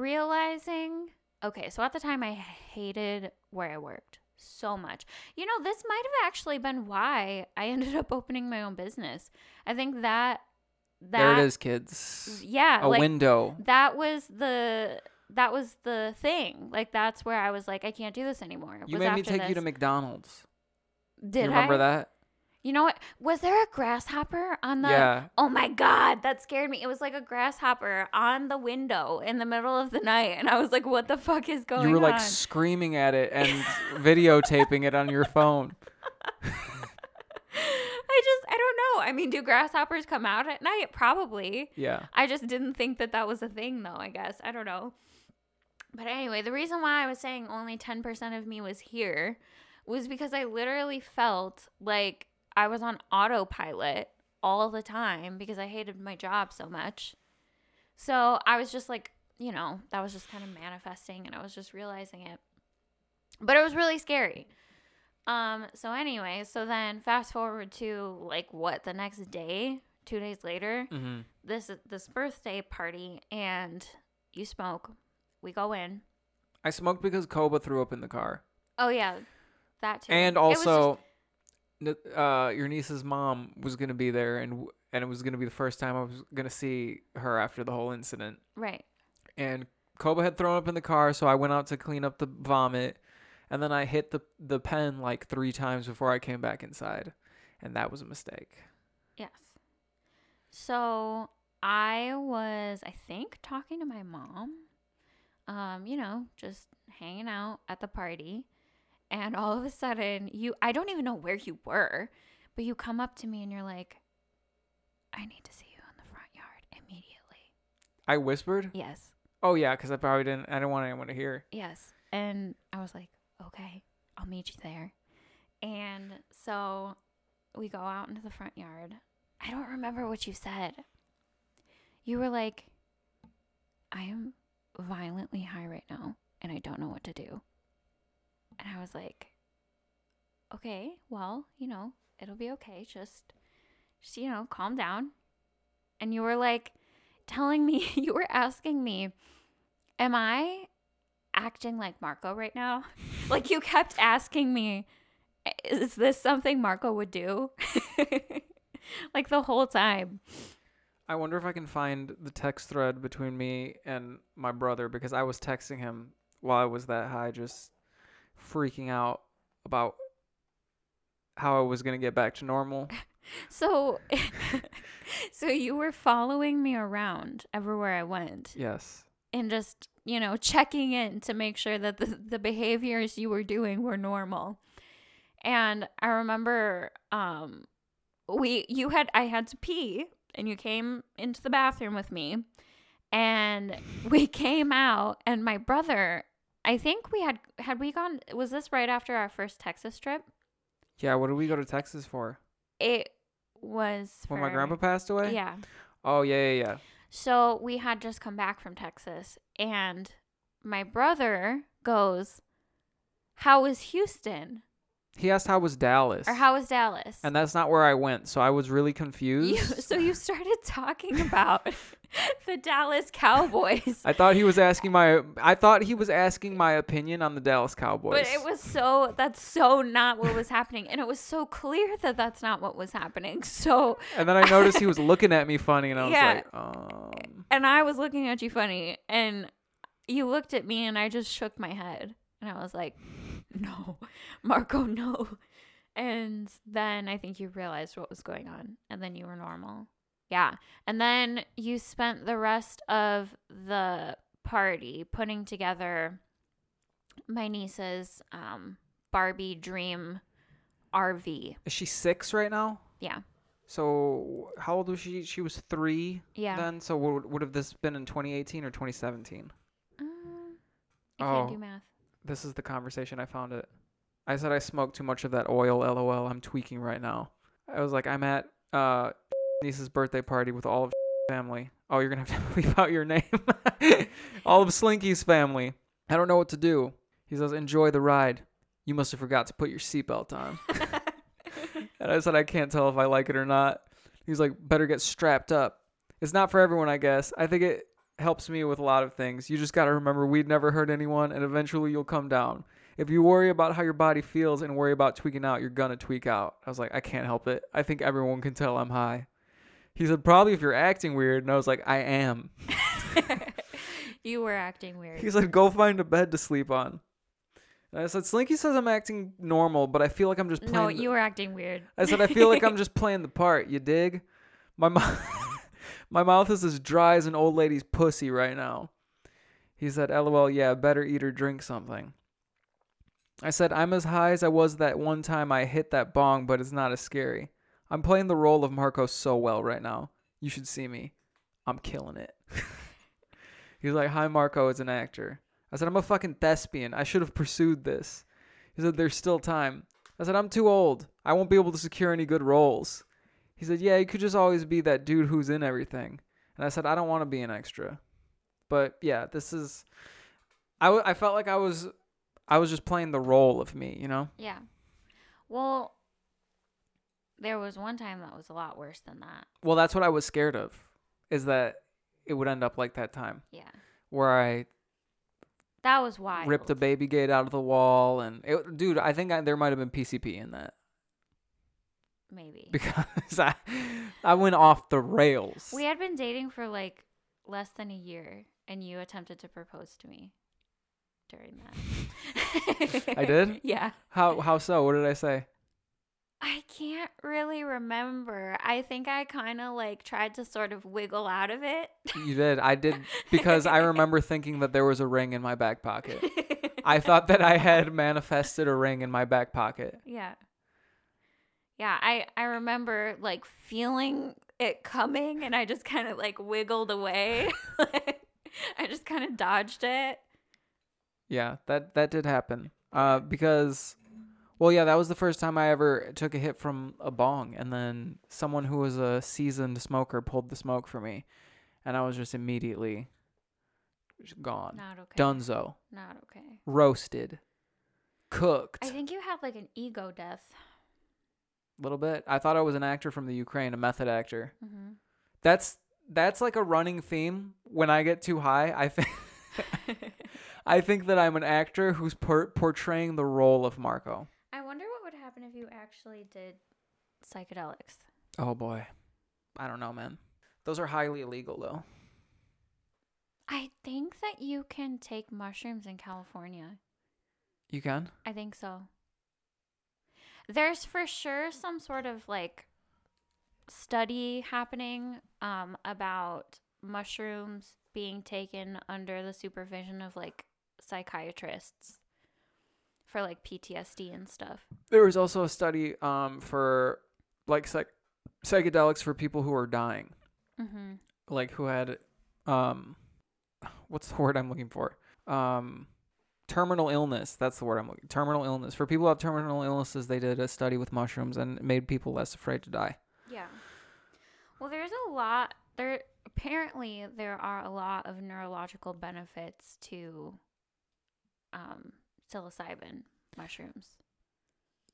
realizing. Okay, so at the time I hated where I worked so much. You know, this might have actually been why I ended up opening my own business. I think that that
there it is, kids.
Yeah,
A
like
window.
that was the that was the thing. Like that's where I was like, I can't do this anymore.
You
was
made me
after
take you
this.
to McDonald's.
Did
you remember
I?
that?
You know what? Was there a grasshopper on the?
Yeah.
Oh my god, that scared me. It was like a grasshopper on the window in the middle of the night, and I was like, "What the fuck is going on?"
You were like screaming at it and videotaping it on your phone.
I just, I don't know. I mean, do grasshoppers come out at night? Probably.
Yeah.
I just didn't think that that was a thing, though, I guess. I don't know. But anyway, the reason why I was saying only 10% of me was here was because I literally felt like I was on autopilot all the time because I hated my job so much. So I was just like, you know, that was just kind of manifesting and I was just realizing it. But it was really scary. Um, so anyway, so then fast forward to like what the next day, two days later,
Mm-hmm.
this this birthday party and you smoke. We go in.
I smoked because Koba threw up in the car,
Oh yeah, that too.
and
It was
also, n uh, your niece's mom was gonna be there, and w- and it was gonna be the first time I was gonna see her after the whole incident.
just- right.
And Koba had thrown up in the car, so I went out to clean up the vomit, and then I hit the the pen like three times before I came back inside, and that was a mistake.
Yes. So I was, I think, talking to my mom. Um, you know, just hanging out at the party, and all of a sudden, you—I don't even know where you were, but you come up to me and you're like, "I need to see you in the front yard immediately."
I whispered,
Yes.
"Oh yeah," because I probably didn't. I didn't want anyone to hear.
Yes. And I was like, okay, I'll meet you there. And so we go out into the front yard. I don't remember what you said. You were like, I am violently high right now and I don't know what to do. And I was like, okay, well, you know, it'll be okay. Just, just you know, calm down. And you were like telling me, you were asking me, am I acting like Marco right now? like you kept asking me, is this something Marco would do? like the whole time.
I wonder if I can find the text thread between me and my brother because I was texting him while I was that high, just freaking out about how I was gonna get back to normal.
So so you were following me around everywhere I went
Yes.
and just, you know, checking in to make sure that the, the behaviors you were doing were normal. And I remember um we you had I had to pee and you came into the bathroom with me and we came out and my brother I think we had had we gone was this right after our first Texas trip?
Yeah. What did we go to Texas for?
It was
When my
for-
grandpa passed away.
Yeah.
Oh yeah yeah yeah.
So we had just come back from Texas and my brother goes, "How is Houston?"
He asked how was Dallas,
or "How is Dallas?"
and that's not where I went, so I was really
you,
confused.
so you started talking about the Dallas Cowboys.
I thought he was asking my. I thought he was asking my opinion on the Dallas Cowboys.
But it was so that's so not what was happening, and it was so clear that that's not what was happening. So,
and then I noticed he was looking at me funny, and I was
Yeah.
like, um.
and I was looking at you funny, and you looked at me, and I just shook my head, and I was like, "No, Marco, no." And then I think you realized what was going on, and then you were normal. Yeah, and then you spent the rest of the party putting together my niece's um, Barbie dream RV.
Is she six right now?
Yeah.
So how old was she? She was three
Yeah.
then. So would would have this been in 2018 or 2017?
Um, I can't
Oh.
do math.
This is the conversation I found it. I said I smoked too much of that oil. LOL. I'm tweaking right now. I was like, I'm at uh niece's birthday party with all of family. Oh, you're gonna have to leave out your name. all of Slinky's family. I don't know what to do. He says, enjoy the ride. You must have forgot to put your seatbelt on. And I said, I can't tell if I like it or not. He's like, better get strapped up. It's not for everyone, I guess. I think it helps me with a lot of things. You just got to remember we'd never hurt anyone, and eventually you'll come down. If you worry about how your body feels and worry about tweaking out, you're going to tweak out. I was like, I can't help it. I think everyone can tell I'm high. He said, probably if you're acting weird. And I was like, I am.
you were acting weird.
He said, go find a bed to sleep on. And I said, Slinky says I'm acting normal, but I feel like I'm just playing.
no,
the-
you were acting weird.
I said, I feel like I'm just playing the part. You dig? My mouth, my mouth is as dry as an old lady's pussy right now. He said, "LOL, yeah, better eat or drink something." I said, "I'm as high as I was that one time I hit that bong, but it's not as scary." I'm playing the role of Marco so well right now. You should see me. I'm killing it. He's like, Hi, Marco, as an actor. I said, I'm a fucking thespian. I should have pursued this. He said, There's still time. I said, I'm too old. I won't be able to secure any good roles. He said, Yeah, you could just always be that dude who's in everything. And I said, I don't want to be an extra. But yeah, this is. I, w- I felt like I was. I was just playing the role of me, you know?
Yeah. Well, there was one time that was a lot worse than that.
Well, that's what I was scared of, is that it would end up like that time
Yeah.
where I
That was wild.
ripped a baby gate out of the wall. And it, dude, I think I, there might have been PCP in that
Maybe.
because I, I went off the rails.
We had been dating for like less than a year, and you attempted to propose to me during that.
I did?
Yeah.
How, how so? What did I say?
I can't really remember. I think I kind of like tried to sort of wiggle out of it.
You did. I did because I remember thinking that there was a ring in my back pocket. I thought that I had manifested a ring in my back pocket.
Yeah. Yeah, I I remember like feeling it coming and I just kind of like wiggled away. I just kind of dodged it.
Yeah, that that did happen. Uh, because, well, yeah, that was the first time I ever took a hit from a bong, and then someone who was a seasoned smoker pulled the smoke for me, and I was just immediately just gone,
Not Ah, okay.
Dunzo,
Not okay.
roasted, cooked.
I
A
think you had like an ego death.
little bit. I thought I was an actor from the Ukraine, a method actor.
hmm
That's that's like a running theme. When I get too high, I think I think that I'm an actor who's por- portraying the role of Marco.
I wonder what would happen if you actually did psychedelics.
Oh boy, I don't know, man. Those are highly illegal though.
I think that you can take mushrooms in California.
You can.
I think so. There's for sure some sort of like study happening um, about mushrooms being taken under the supervision of like psychiatrists for like PTSD and stuff.
There was also a study um for like psych- psychedelics for people who are dying,
Mm-hmm.
like who had um what's the word I'm looking for? Um terminal illness. That's the word I'm looking. Terminal illness. For people who have terminal illnesses, they did a study with mushrooms and it made people less afraid to die.
Yeah. Well, there's a lot there apparently there are a lot of neurological benefits to um psilocybin mushrooms.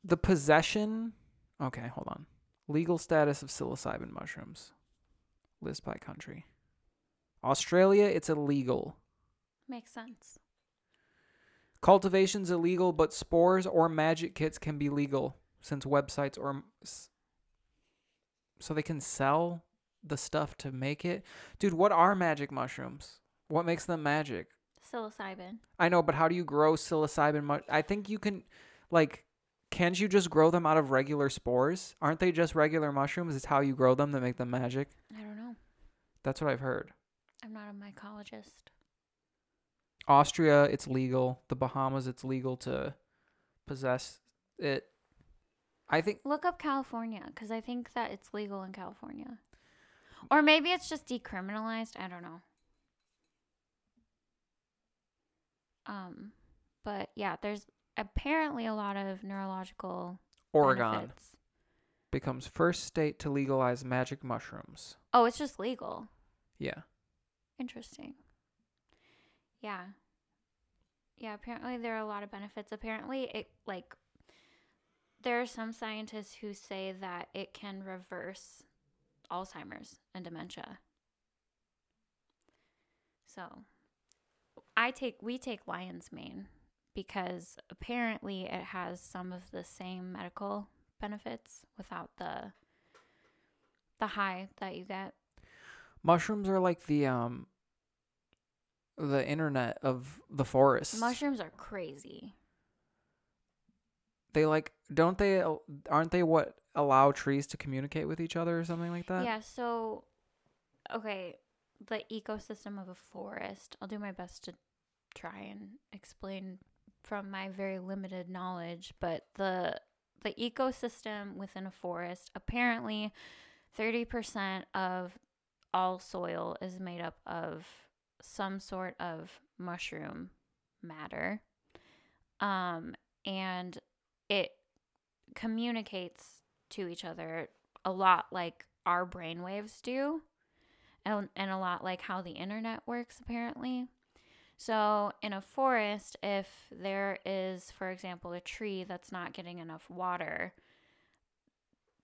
the possession okay hold on legal status of psilocybin mushrooms list by country australia it's illegal
Makes sense.
cultivation's illegal but spores or magic kits can be legal since websites or s- so they can sell the stuff to make it dude what are magic mushrooms what makes them magic
Psilocybin.
I know, but how do you grow psilocybin? Mu- I think you can, like, can't you just grow them out of regular spores? Aren't they just regular mushrooms? It's how you grow them that make them magic.
I don't know.
That's what I've heard.
I'm not a mycologist.
Austria, it's legal. The Bahamas, it's legal to possess it. I think
Look up California because I think that it's legal in California. Or maybe it's just decriminalized. I don't know. Um, but yeah, there's apparently a lot of neurological
Oregon
benefits.
becomes first state to legalize magic mushrooms.
Oh, it's just legal.
Yeah.
Interesting. Yeah. Yeah, apparently there are a lot of benefits. Apparently it like there are some scientists who say that it can reverse Alzheimer's and dementia. So I take we take lion's mane because apparently it has some of the same medical benefits without the the high that you get.
Mushrooms are like the um the internet of the forest.
Mushrooms are crazy.
they like don't they al- aren't they what allow trees to communicate with each other or something like that
yeah, so okay, the ecosystem of a forest. I'll do my best to try and explain from my very limited knowledge, but the the ecosystem within a forest. Apparently, 30% of all soil is made up of some sort of mushroom matter. Um, and it communicates to each other a lot like our brainwaves do, and, and a lot like how the internet works, apparently. So, in a forest, if there is, for example, a tree that's not getting enough water,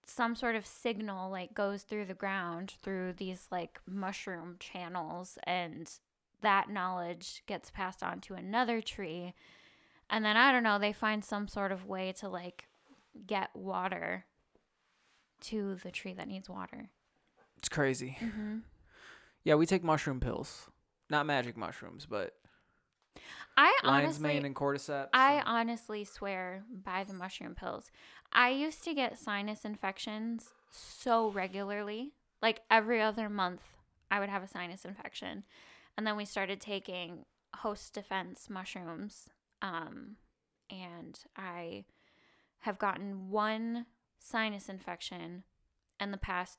some sort of signal like goes through the ground through these like mushroom channels and that knowledge gets passed on to another tree and then i don't know they find some sort of way to like get water to the tree that needs water
It's crazy.
mm-hmm.
Yeah, we take mushroom pills. Not magic mushrooms, but
i
lion's
honestly
mane and cordyceps.
I
and-
honestly swear by the mushroom pills. I used to get sinus infections so regularly. Like every other month, I would have a sinus infection. And then we started taking host defense mushrooms. Um, and I have gotten one sinus infection in the past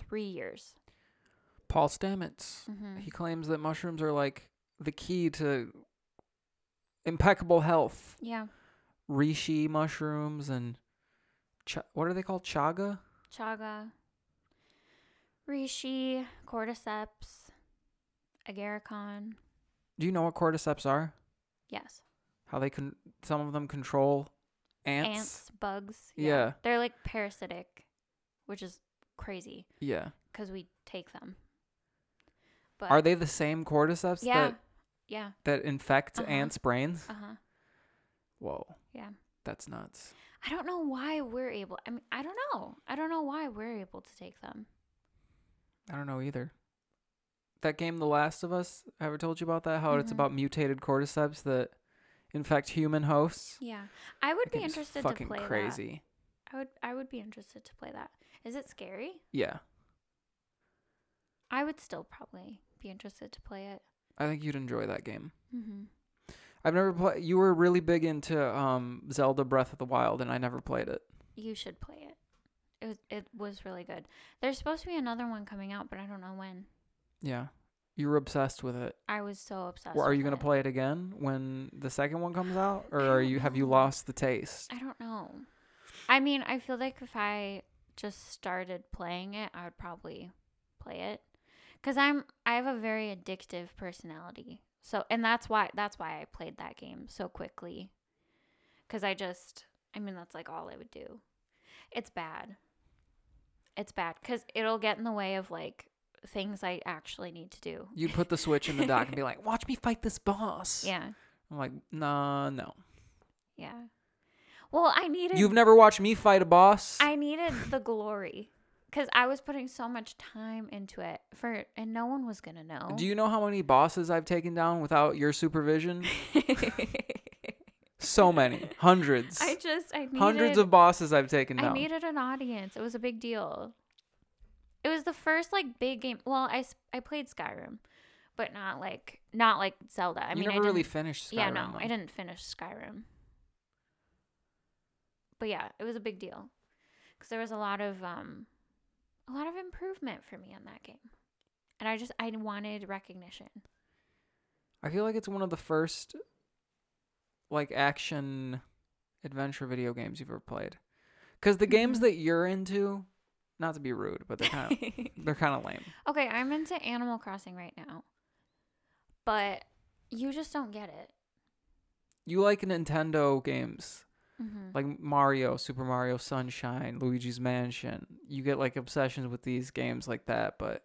three years.
Paul Stamets.
hmm
He claims that mushrooms are like the key to impeccable health.
Yeah.
Reishi mushrooms and ch- what are they called? Chaga?
chaga, reishi, cordyceps, agaricon.
Do you know what cordyceps are?
Yes,
How they can some of them control ants?
ants, bugs.
Yeah.
they're like parasitic, which is crazy
Yeah.
because we take them. But
Are they the same cordyceps
Yeah,
that
yeah,
that infect
Uh-huh.
ants' brains?
uh huh.
Whoa.
Yeah.
That's nuts.
I don't know why we're able. I mean, I don't know. I don't know why we're able to take them.
I don't know either. That game, The Last of Us, I ever told you about that? How it's
Mhm.
about mutated cordyceps that infect human hosts.
Yeah, I would
That
be
game's
interested to
fucking
play
crazy.
that. I would. I would be interested to play that. Is it scary?
Yeah,
I would still probably be interested to play it.
I think you'd enjoy that game.
Mm-hmm.
I've never played. You were really big into um, Zelda Breath of the Wild, and I never played it.
You should play it. It was, it was really good. There's supposed to be another one coming out, but I don't know when.
Yeah, you were obsessed with it.
I was so obsessed.
Well, are
with
you gonna
it.
play it again when the second one comes out, or
I
are
don't
you have you
know.
lost the taste?
I don't know. I mean, I feel like if I just started playing it, I would probably play it cuz I'm I have a very addictive personality. So, and that's why that's why I played that game so quickly. Cuz I just I mean, that's like all I would do. It's bad. It's bad cuz it'll get in the way of like things I actually need to do.
You'd put the switch in the dock and be like, "Watch me fight this boss."
Yeah.
I'm like, "Nah, no.
Yeah. Well, I needed
You've never watched me fight a boss."
I needed the glory because I was putting so much time into it for, and no one was gonna know.
Do you know how many bosses I've taken down without your supervision? So many, hundreds,
I just I needed
hundreds of bosses I've taken
I
down.
needed an audience. It was a big deal. It was the first like big game. Well, I s- I played Skyrim, but not like not like Zelda. I
you
mean,
never
I
really
didn't-
finished. Skyrim,
yeah, no, I
though.
didn't finish Skyrim. But yeah, it was a big deal because there was a lot of um, a lot of improvement for me on that game, and I just I wanted recognition.
I feel like it's one of the first like action adventure video games you've ever played. Cuz the games
Mhm.
that you're into, not to be rude, but they're kind of they're kind of lame.
okay, I'm into Animal Crossing right now, but you just don't get it.
You like Nintendo games,
Mm-hmm.
like Mario, Super Mario Sunshine, Luigi's Mansion. You get like obsessions with these games like that, but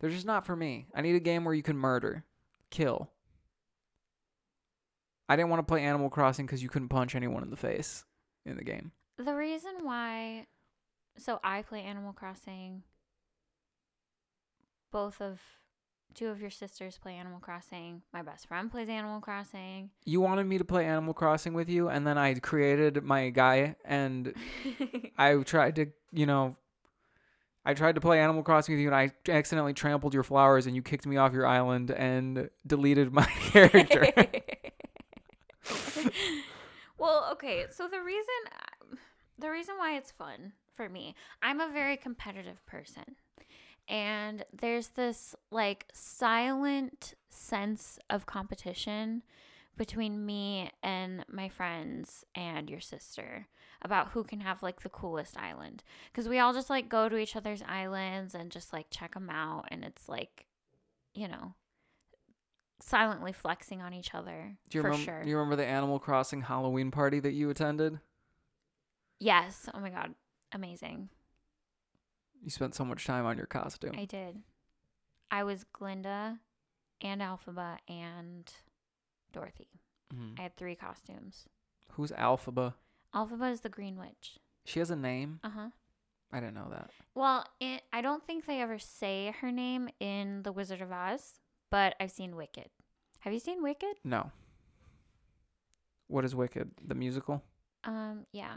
they're just not for me. I need a game where you can murder, kill. I didn't want to play Animal Crossing cuz you couldn't punch anyone in the face in the game.
The reason why, so I play Animal Crossing. Both of, two of your sisters play Animal Crossing. My best friend plays Animal Crossing.
you wanted me to play Animal Crossing with you, and then I created my guy, and I tried to, you know, I tried to play Animal Crossing with you, and I accidentally trampled your flowers, and you kicked me off your island and deleted my character.
well, okay. So the reason the reason why it's fun for me, I'm a very competitive person. And there's this like silent sense of competition between me and my friends and your sister about who can have like the coolest island. Cause we all just like go to each other's islands and just like check them out. And it's like, you know, silently flexing on each other
Do you
for
remember?
sure.
Do you remember the Animal Crossing Halloween party that you attended?
Yes. Oh my God. Amazing.
You spent so much time on your costume.
I did. I was Glinda and Alphaba and Dorothy.
Mhm.
I had three costumes.
Who's Alphaba?
Alphaba is the Green Witch.
She has a name.
Uh huh.
I didn't know that.
Well, it, I don't think they ever say her name in The Wizard of Oz, but I've seen Wicked. Have you seen Wicked?
No. What is Wicked? The musical?
Um, yeah.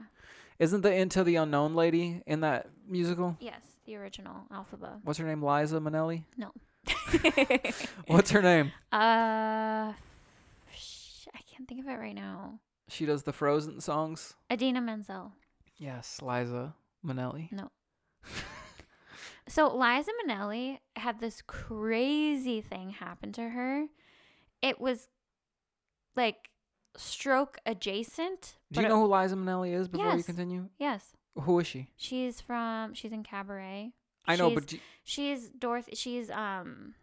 Isn't the Into the Unknown lady in that musical?
Yes, the original Alphaba.
What's her name? Liza Minnelli?
No.
What's her name?
uh, sh- I can't think of it right now.
She does the Frozen songs.
Adina Menzel.
Yes, Liza Minnelli.
So Liza Minnelli had this crazy thing happen to her. It was like stroke adjacent.
Do you
but-
know who Liza Minnelli is before you
Yes.
continue?
yes,
Who is she?
she's from. She's in Cabaret.
I know,
She's-
but do-
She's Dorothy. She's um.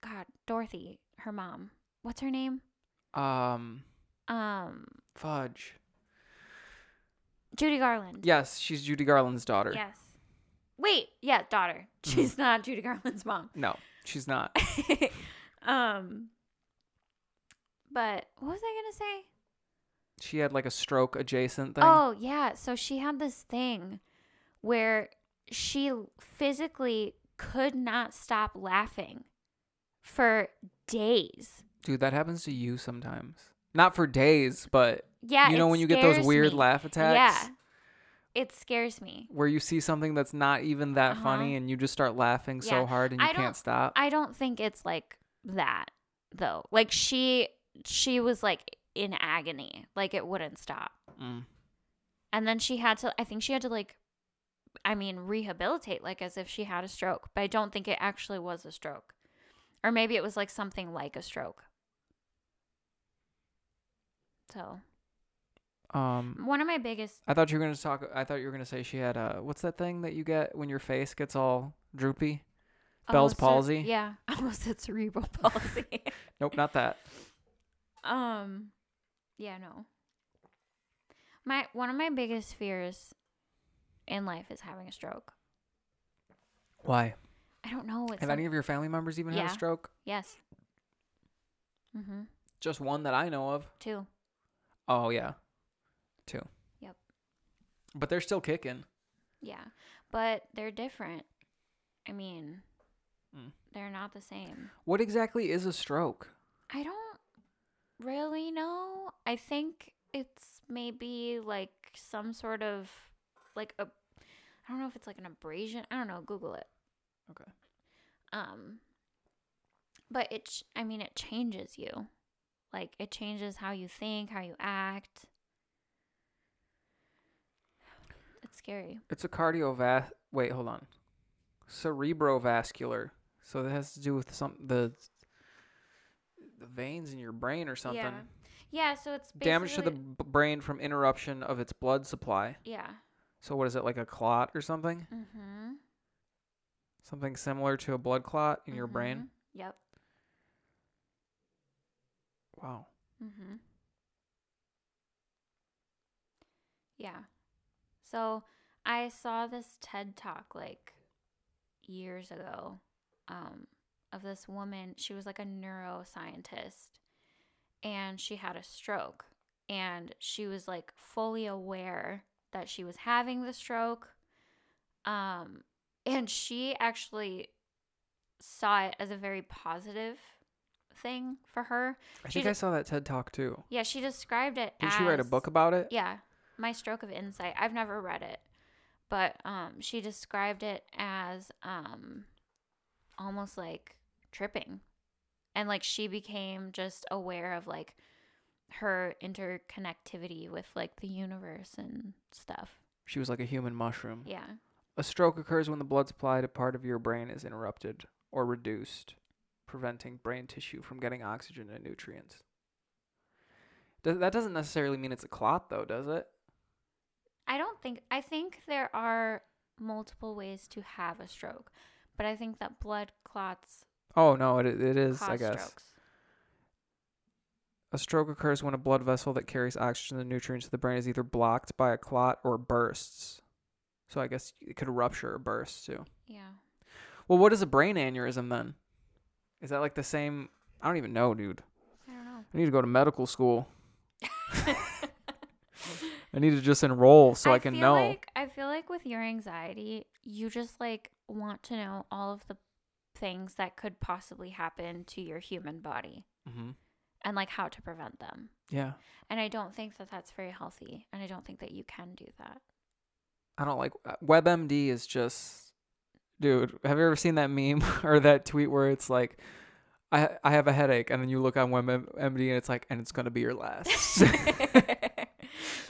God, Dorothy, her mom. What's her name?
um,
Um,
fudge.
Judy Garland.
Yes, she's Judy Garland's daughter.
Yes. Wait, yeah, daughter.
Mhm.
She's not Judy Garland's mom.
No, she's not.
um. But what was I gonna say?
She had like a stroke adjacent thing.
Oh, yeah. So she had this thing where she l- physically could not stop laughing for days.
Dude, that happens to you sometimes. Not for days, but
Yeah.
you know
it
when you get those
scares
weird
me.
laugh attacks
Yeah. It scares me.
where you see something that's not even that
Uh-huh.
funny and you just start laughing so
Yeah.
hard and you
I don't-
can't stop.
I don't think it's like that though. Like she she was like in agony. Like it wouldn't stop.
Mm.
And then she had to I think she had to like I mean rehabilitate like as if she had a stroke, but I don't think it actually was a stroke. Or maybe it was like something like a stroke. So,
Um
one of my biggest
I thought you were going to talk I thought you were going to say she had a what's that thing that you get when your face gets all droopy? Bell's
almost cer-
palsy?
yeah, almost said cerebral palsy.
Nope, not that.
Um, yeah, no. My one of my biggest fears in life is having a stroke.
Why?
I don't know. It's
Have
some-
any of your family members even had a
Yeah.
stroke?
yes. Mm-hmm.
Just one that I know of.
Two.
Oh yeah. Two.
Yep.
But they're still kicking.
Yeah, but they're different. I mean,
Mm.
they're not the same.
What exactly is a stroke?
I don't really know. I think it's maybe like some sort of like a I don't know if it's like an abrasion. I don't know, google it.
Okay.
Um but it ch- I mean it changes you. Like it changes how you think, how you act. It's scary.
It's a cardiovas. Wait, hold on. Cerebrovascular. So that has to do with some the the veins in your brain or something.
Yeah. Yeah, so it's basically
Damage to the b- brain from interruption of its blood supply.
Yeah.
So what is it like a clot or something?
Mhm.
Something similar to a blood clot in your brain?
Mhm. Yep.
Wow.
Mm-hmm. Yeah. So I saw this TED talk like years ago um, of this woman. She was like a neuroscientist and she had a stroke. And she was like fully aware that she was having the stroke. Um, and she actually saw it as a very positive thing for her.
I
She
think
d-
I saw that TED talk too.
Yeah, she described it.
Did
as,
she write a book about it?
Yeah, my stroke of insight. I've never read it, but um, she described it as um, almost like tripping, and like she became just aware of like her interconnectivity with like the universe and stuff.
She was like a human mushroom.
Yeah.
A stroke occurs when the blood supply to part of your brain is interrupted or reduced, preventing brain tissue from getting oxygen and nutrients. Does, that doesn't necessarily mean it's a clot, though, does it?
I don't think I think there are multiple ways to have a stroke, but I think that blood clots
Oh, no, it, it is,
cause
I guess.
strokes.
A stroke occurs when a blood vessel that carries oxygen and nutrients to the brain is either blocked by a clot or bursts. So I guess it could rupture or burst too.
Yeah.
Well, what is a brain aneurysm then? Is that like the same? I don't even know, dude.
I don't know.
I need to go to medical school. I need to just enroll so I, can
feel
know.
Like, I feel like with your anxiety, you just like want to know all of the things that could possibly happen to your human body
mm-hmm.
and like how to prevent them.
Yeah,
And I don't think that that's very healthy. And I don't think that you can do that.
I don't like uh, WebMD. Is just, dude. Have you ever seen that meme or that tweet where it's like, I I have a headache, and then you look on WebMD and it's like, and it's gonna be your last.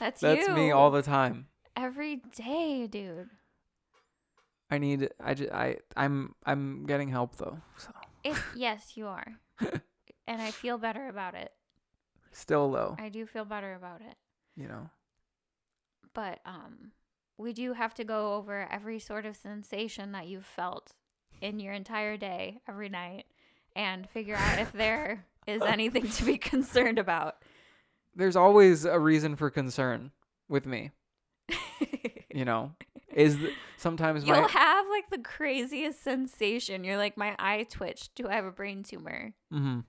That's,
That's
you.
me all the time.
every day, dude.
I need I just I I'm I'm getting help though. So
If yes, you are. and I feel better about it.
still low,
I do feel better about it.
you know.
But um we do have to go over every sort of sensation that you've felt in your entire day, every night, and figure out if there is anything to be concerned about.
There's always a reason for concern with me, you know. Is th- sometimes
You'll
my
have like the craziest sensation. You're like, my eye twitched. Do I have a brain tumor?
hmm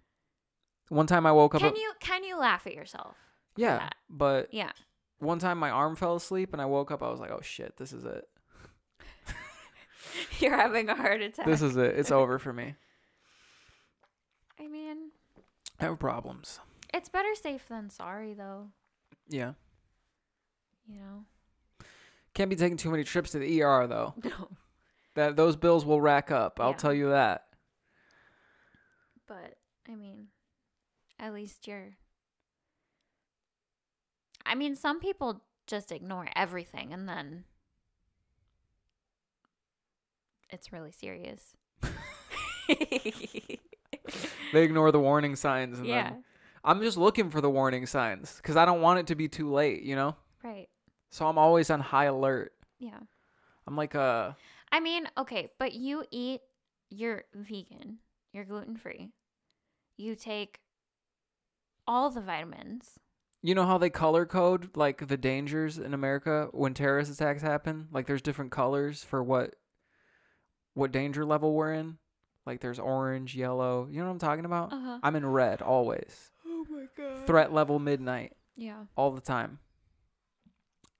One time I woke up
Can
a-
you can you laugh at yourself?
Yeah,
that?
but
Yeah.
one time my arm fell asleep and I woke up I was like, "Oh shit, this is it.
You're having a heart attack.
This is it. It's over for me."
I mean,
I have problems.
it's better safe than sorry though,
Yeah.
you know.
Can't be taking too many trips to the ER though.
No.
That those bills will rack up. I'll
Yeah.
tell you that.
But I mean, at least you're I mean, some people just ignore everything and then it's really serious.
They ignore the warning signs and
yeah.
then I'm just looking for the warning signs because I don't want it to be too late, you know?
Right.
So I'm always on high alert.
Yeah.
I'm like, uh,
I mean, okay, but you eat, you're vegan, you're gluten free, you take all the vitamins.
you know how they color code like the dangers in America when terrorist attacks happen? Like there's different colors for what what danger level we're in. Like there's orange, yellow. You know what I'm talking about?
huh.
I'm in red always.
Oh my god.
Threat level midnight
Yeah.
all the time.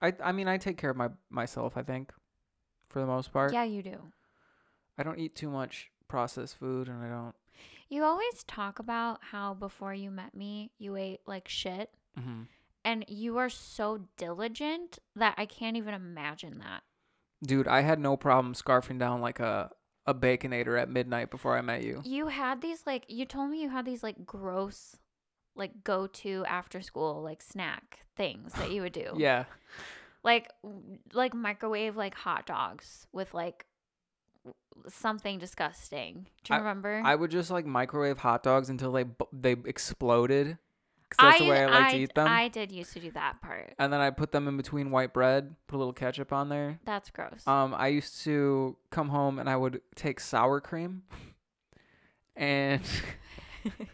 I I mean I take care of my myself, I think, for the most part.
Yeah, you do.
I don't eat too much processed food and I don't
You always talk about how before you met me, you ate like shit,
hmm
and you are so diligent that I can't even imagine that.
Dude, I had no problem scarfing down like a a baconator at midnight before I met you.
You had these like, you told me you had these like gross, like go to after school, like snack things that you would do.
Yeah.
like w- like microwave like hot dogs with like w- something disgusting. Do you
I-
remember?
I would just like microwave hot dogs until they bu- they exploded. 'cause that's the way I like to eat them. Uh,
I did used to do that part.
and then I put them in between white bread, put a little ketchup on there.
That's gross.
Um, I used to come home and I would take sour cream. And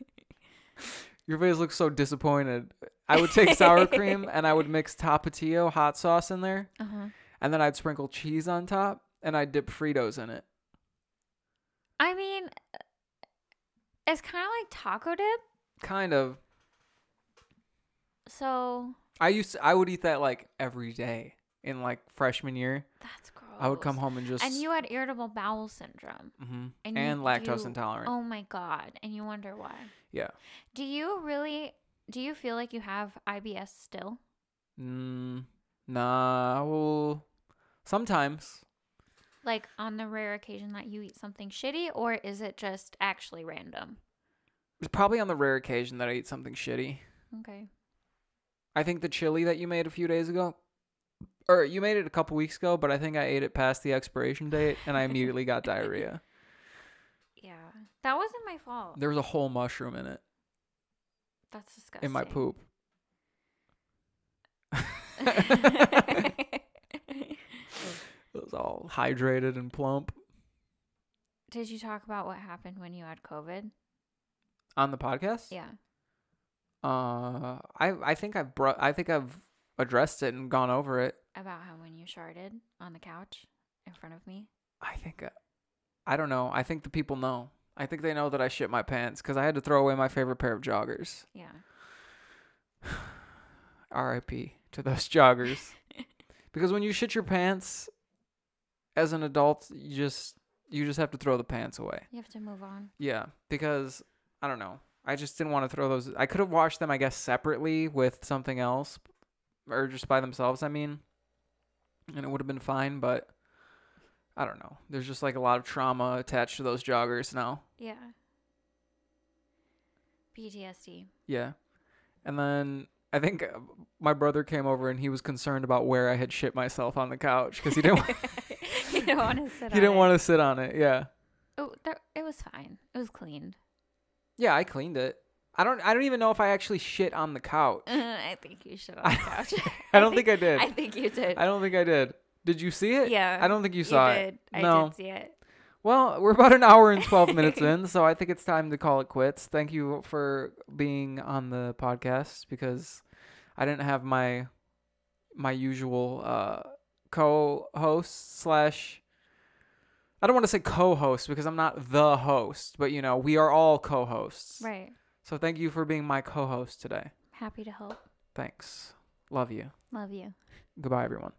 your face looks so disappointed. I would take sour cream and I would mix tapatio hot sauce in there.
uh-huh.
and then I'd sprinkle cheese on top, and I'd dip Fritos in it.
I mean, it's kind of like taco dip.
Kind of.
So
I used to, I would eat that like every day in like freshman year.
that's gross.
I would come home and just
And you had irritable bowel syndrome.
Mhm.
and
and,
you-
lactose
you-
intolerant.
Oh my god! And you wonder why.
Yeah.
Do you really? Do you feel like you have IBS still?
Mm, nah. Well, sometimes
like on the rare occasion that you eat something shitty or is it just actually random
it's probably on the rare occasion that I eat something shitty.
okay
I think the chili that you made a few days ago, or you made it a couple weeks ago, but I think I ate it past the expiration date and I immediately got diarrhea.
Yeah. That wasn't my fault.
There was a whole mushroom in it,
That's disgusting.
in my poop. it was all hydrated and plump
Did you talk about what happened when you had COVID?
on the podcast.
Yeah.
Uh, I I think I've brought I think I've addressed it and gone over it.
About how when you sharded on the couch in front of me?
I think uh, I don't know. I think the people know. I think they know that I shit my pants because I had to throw away my favorite pair of joggers.
Yeah.
R.I.P. to those joggers. because when you shit your pants, as an adult, you just you just have to throw the pants away.
You have to move on.
Yeah, because I don't know. I just didn't want to throw those. I could have washed them, I guess, separately with something else, or just by themselves. I mean, and it would have been fine. But I don't know. There's just like a lot of trauma attached to those joggers now.
Yeah. PTSD.
Yeah, and then I think uh, my brother came over and he was concerned about where I had shit myself on the couch because he didn't
you don't want to sit
he didn't want to sit on it. Yeah.
Oh, there, it was fine. It was cleaned.
Yeah, I cleaned it. I don't. I don't even know if I actually shit on the couch.
I think you should on the couch.
I don't think I did.
I think you did.
I don't think I did. Did you see it?
yeah.
I don't think you saw it.
did. I
No.
did see it.
Well, we're about an hour and 12 minutes in, so I think it's time to call it quits. Thank you for being on the podcast because I didn't have my my usual uh, co-host slash I don't want to say co-host because I'm not the host, but you know, we are all co-hosts.
Right.
So thank you for being my co-host today.
Happy to help.
Thanks. Love you.
Love you.
Goodbye everyone.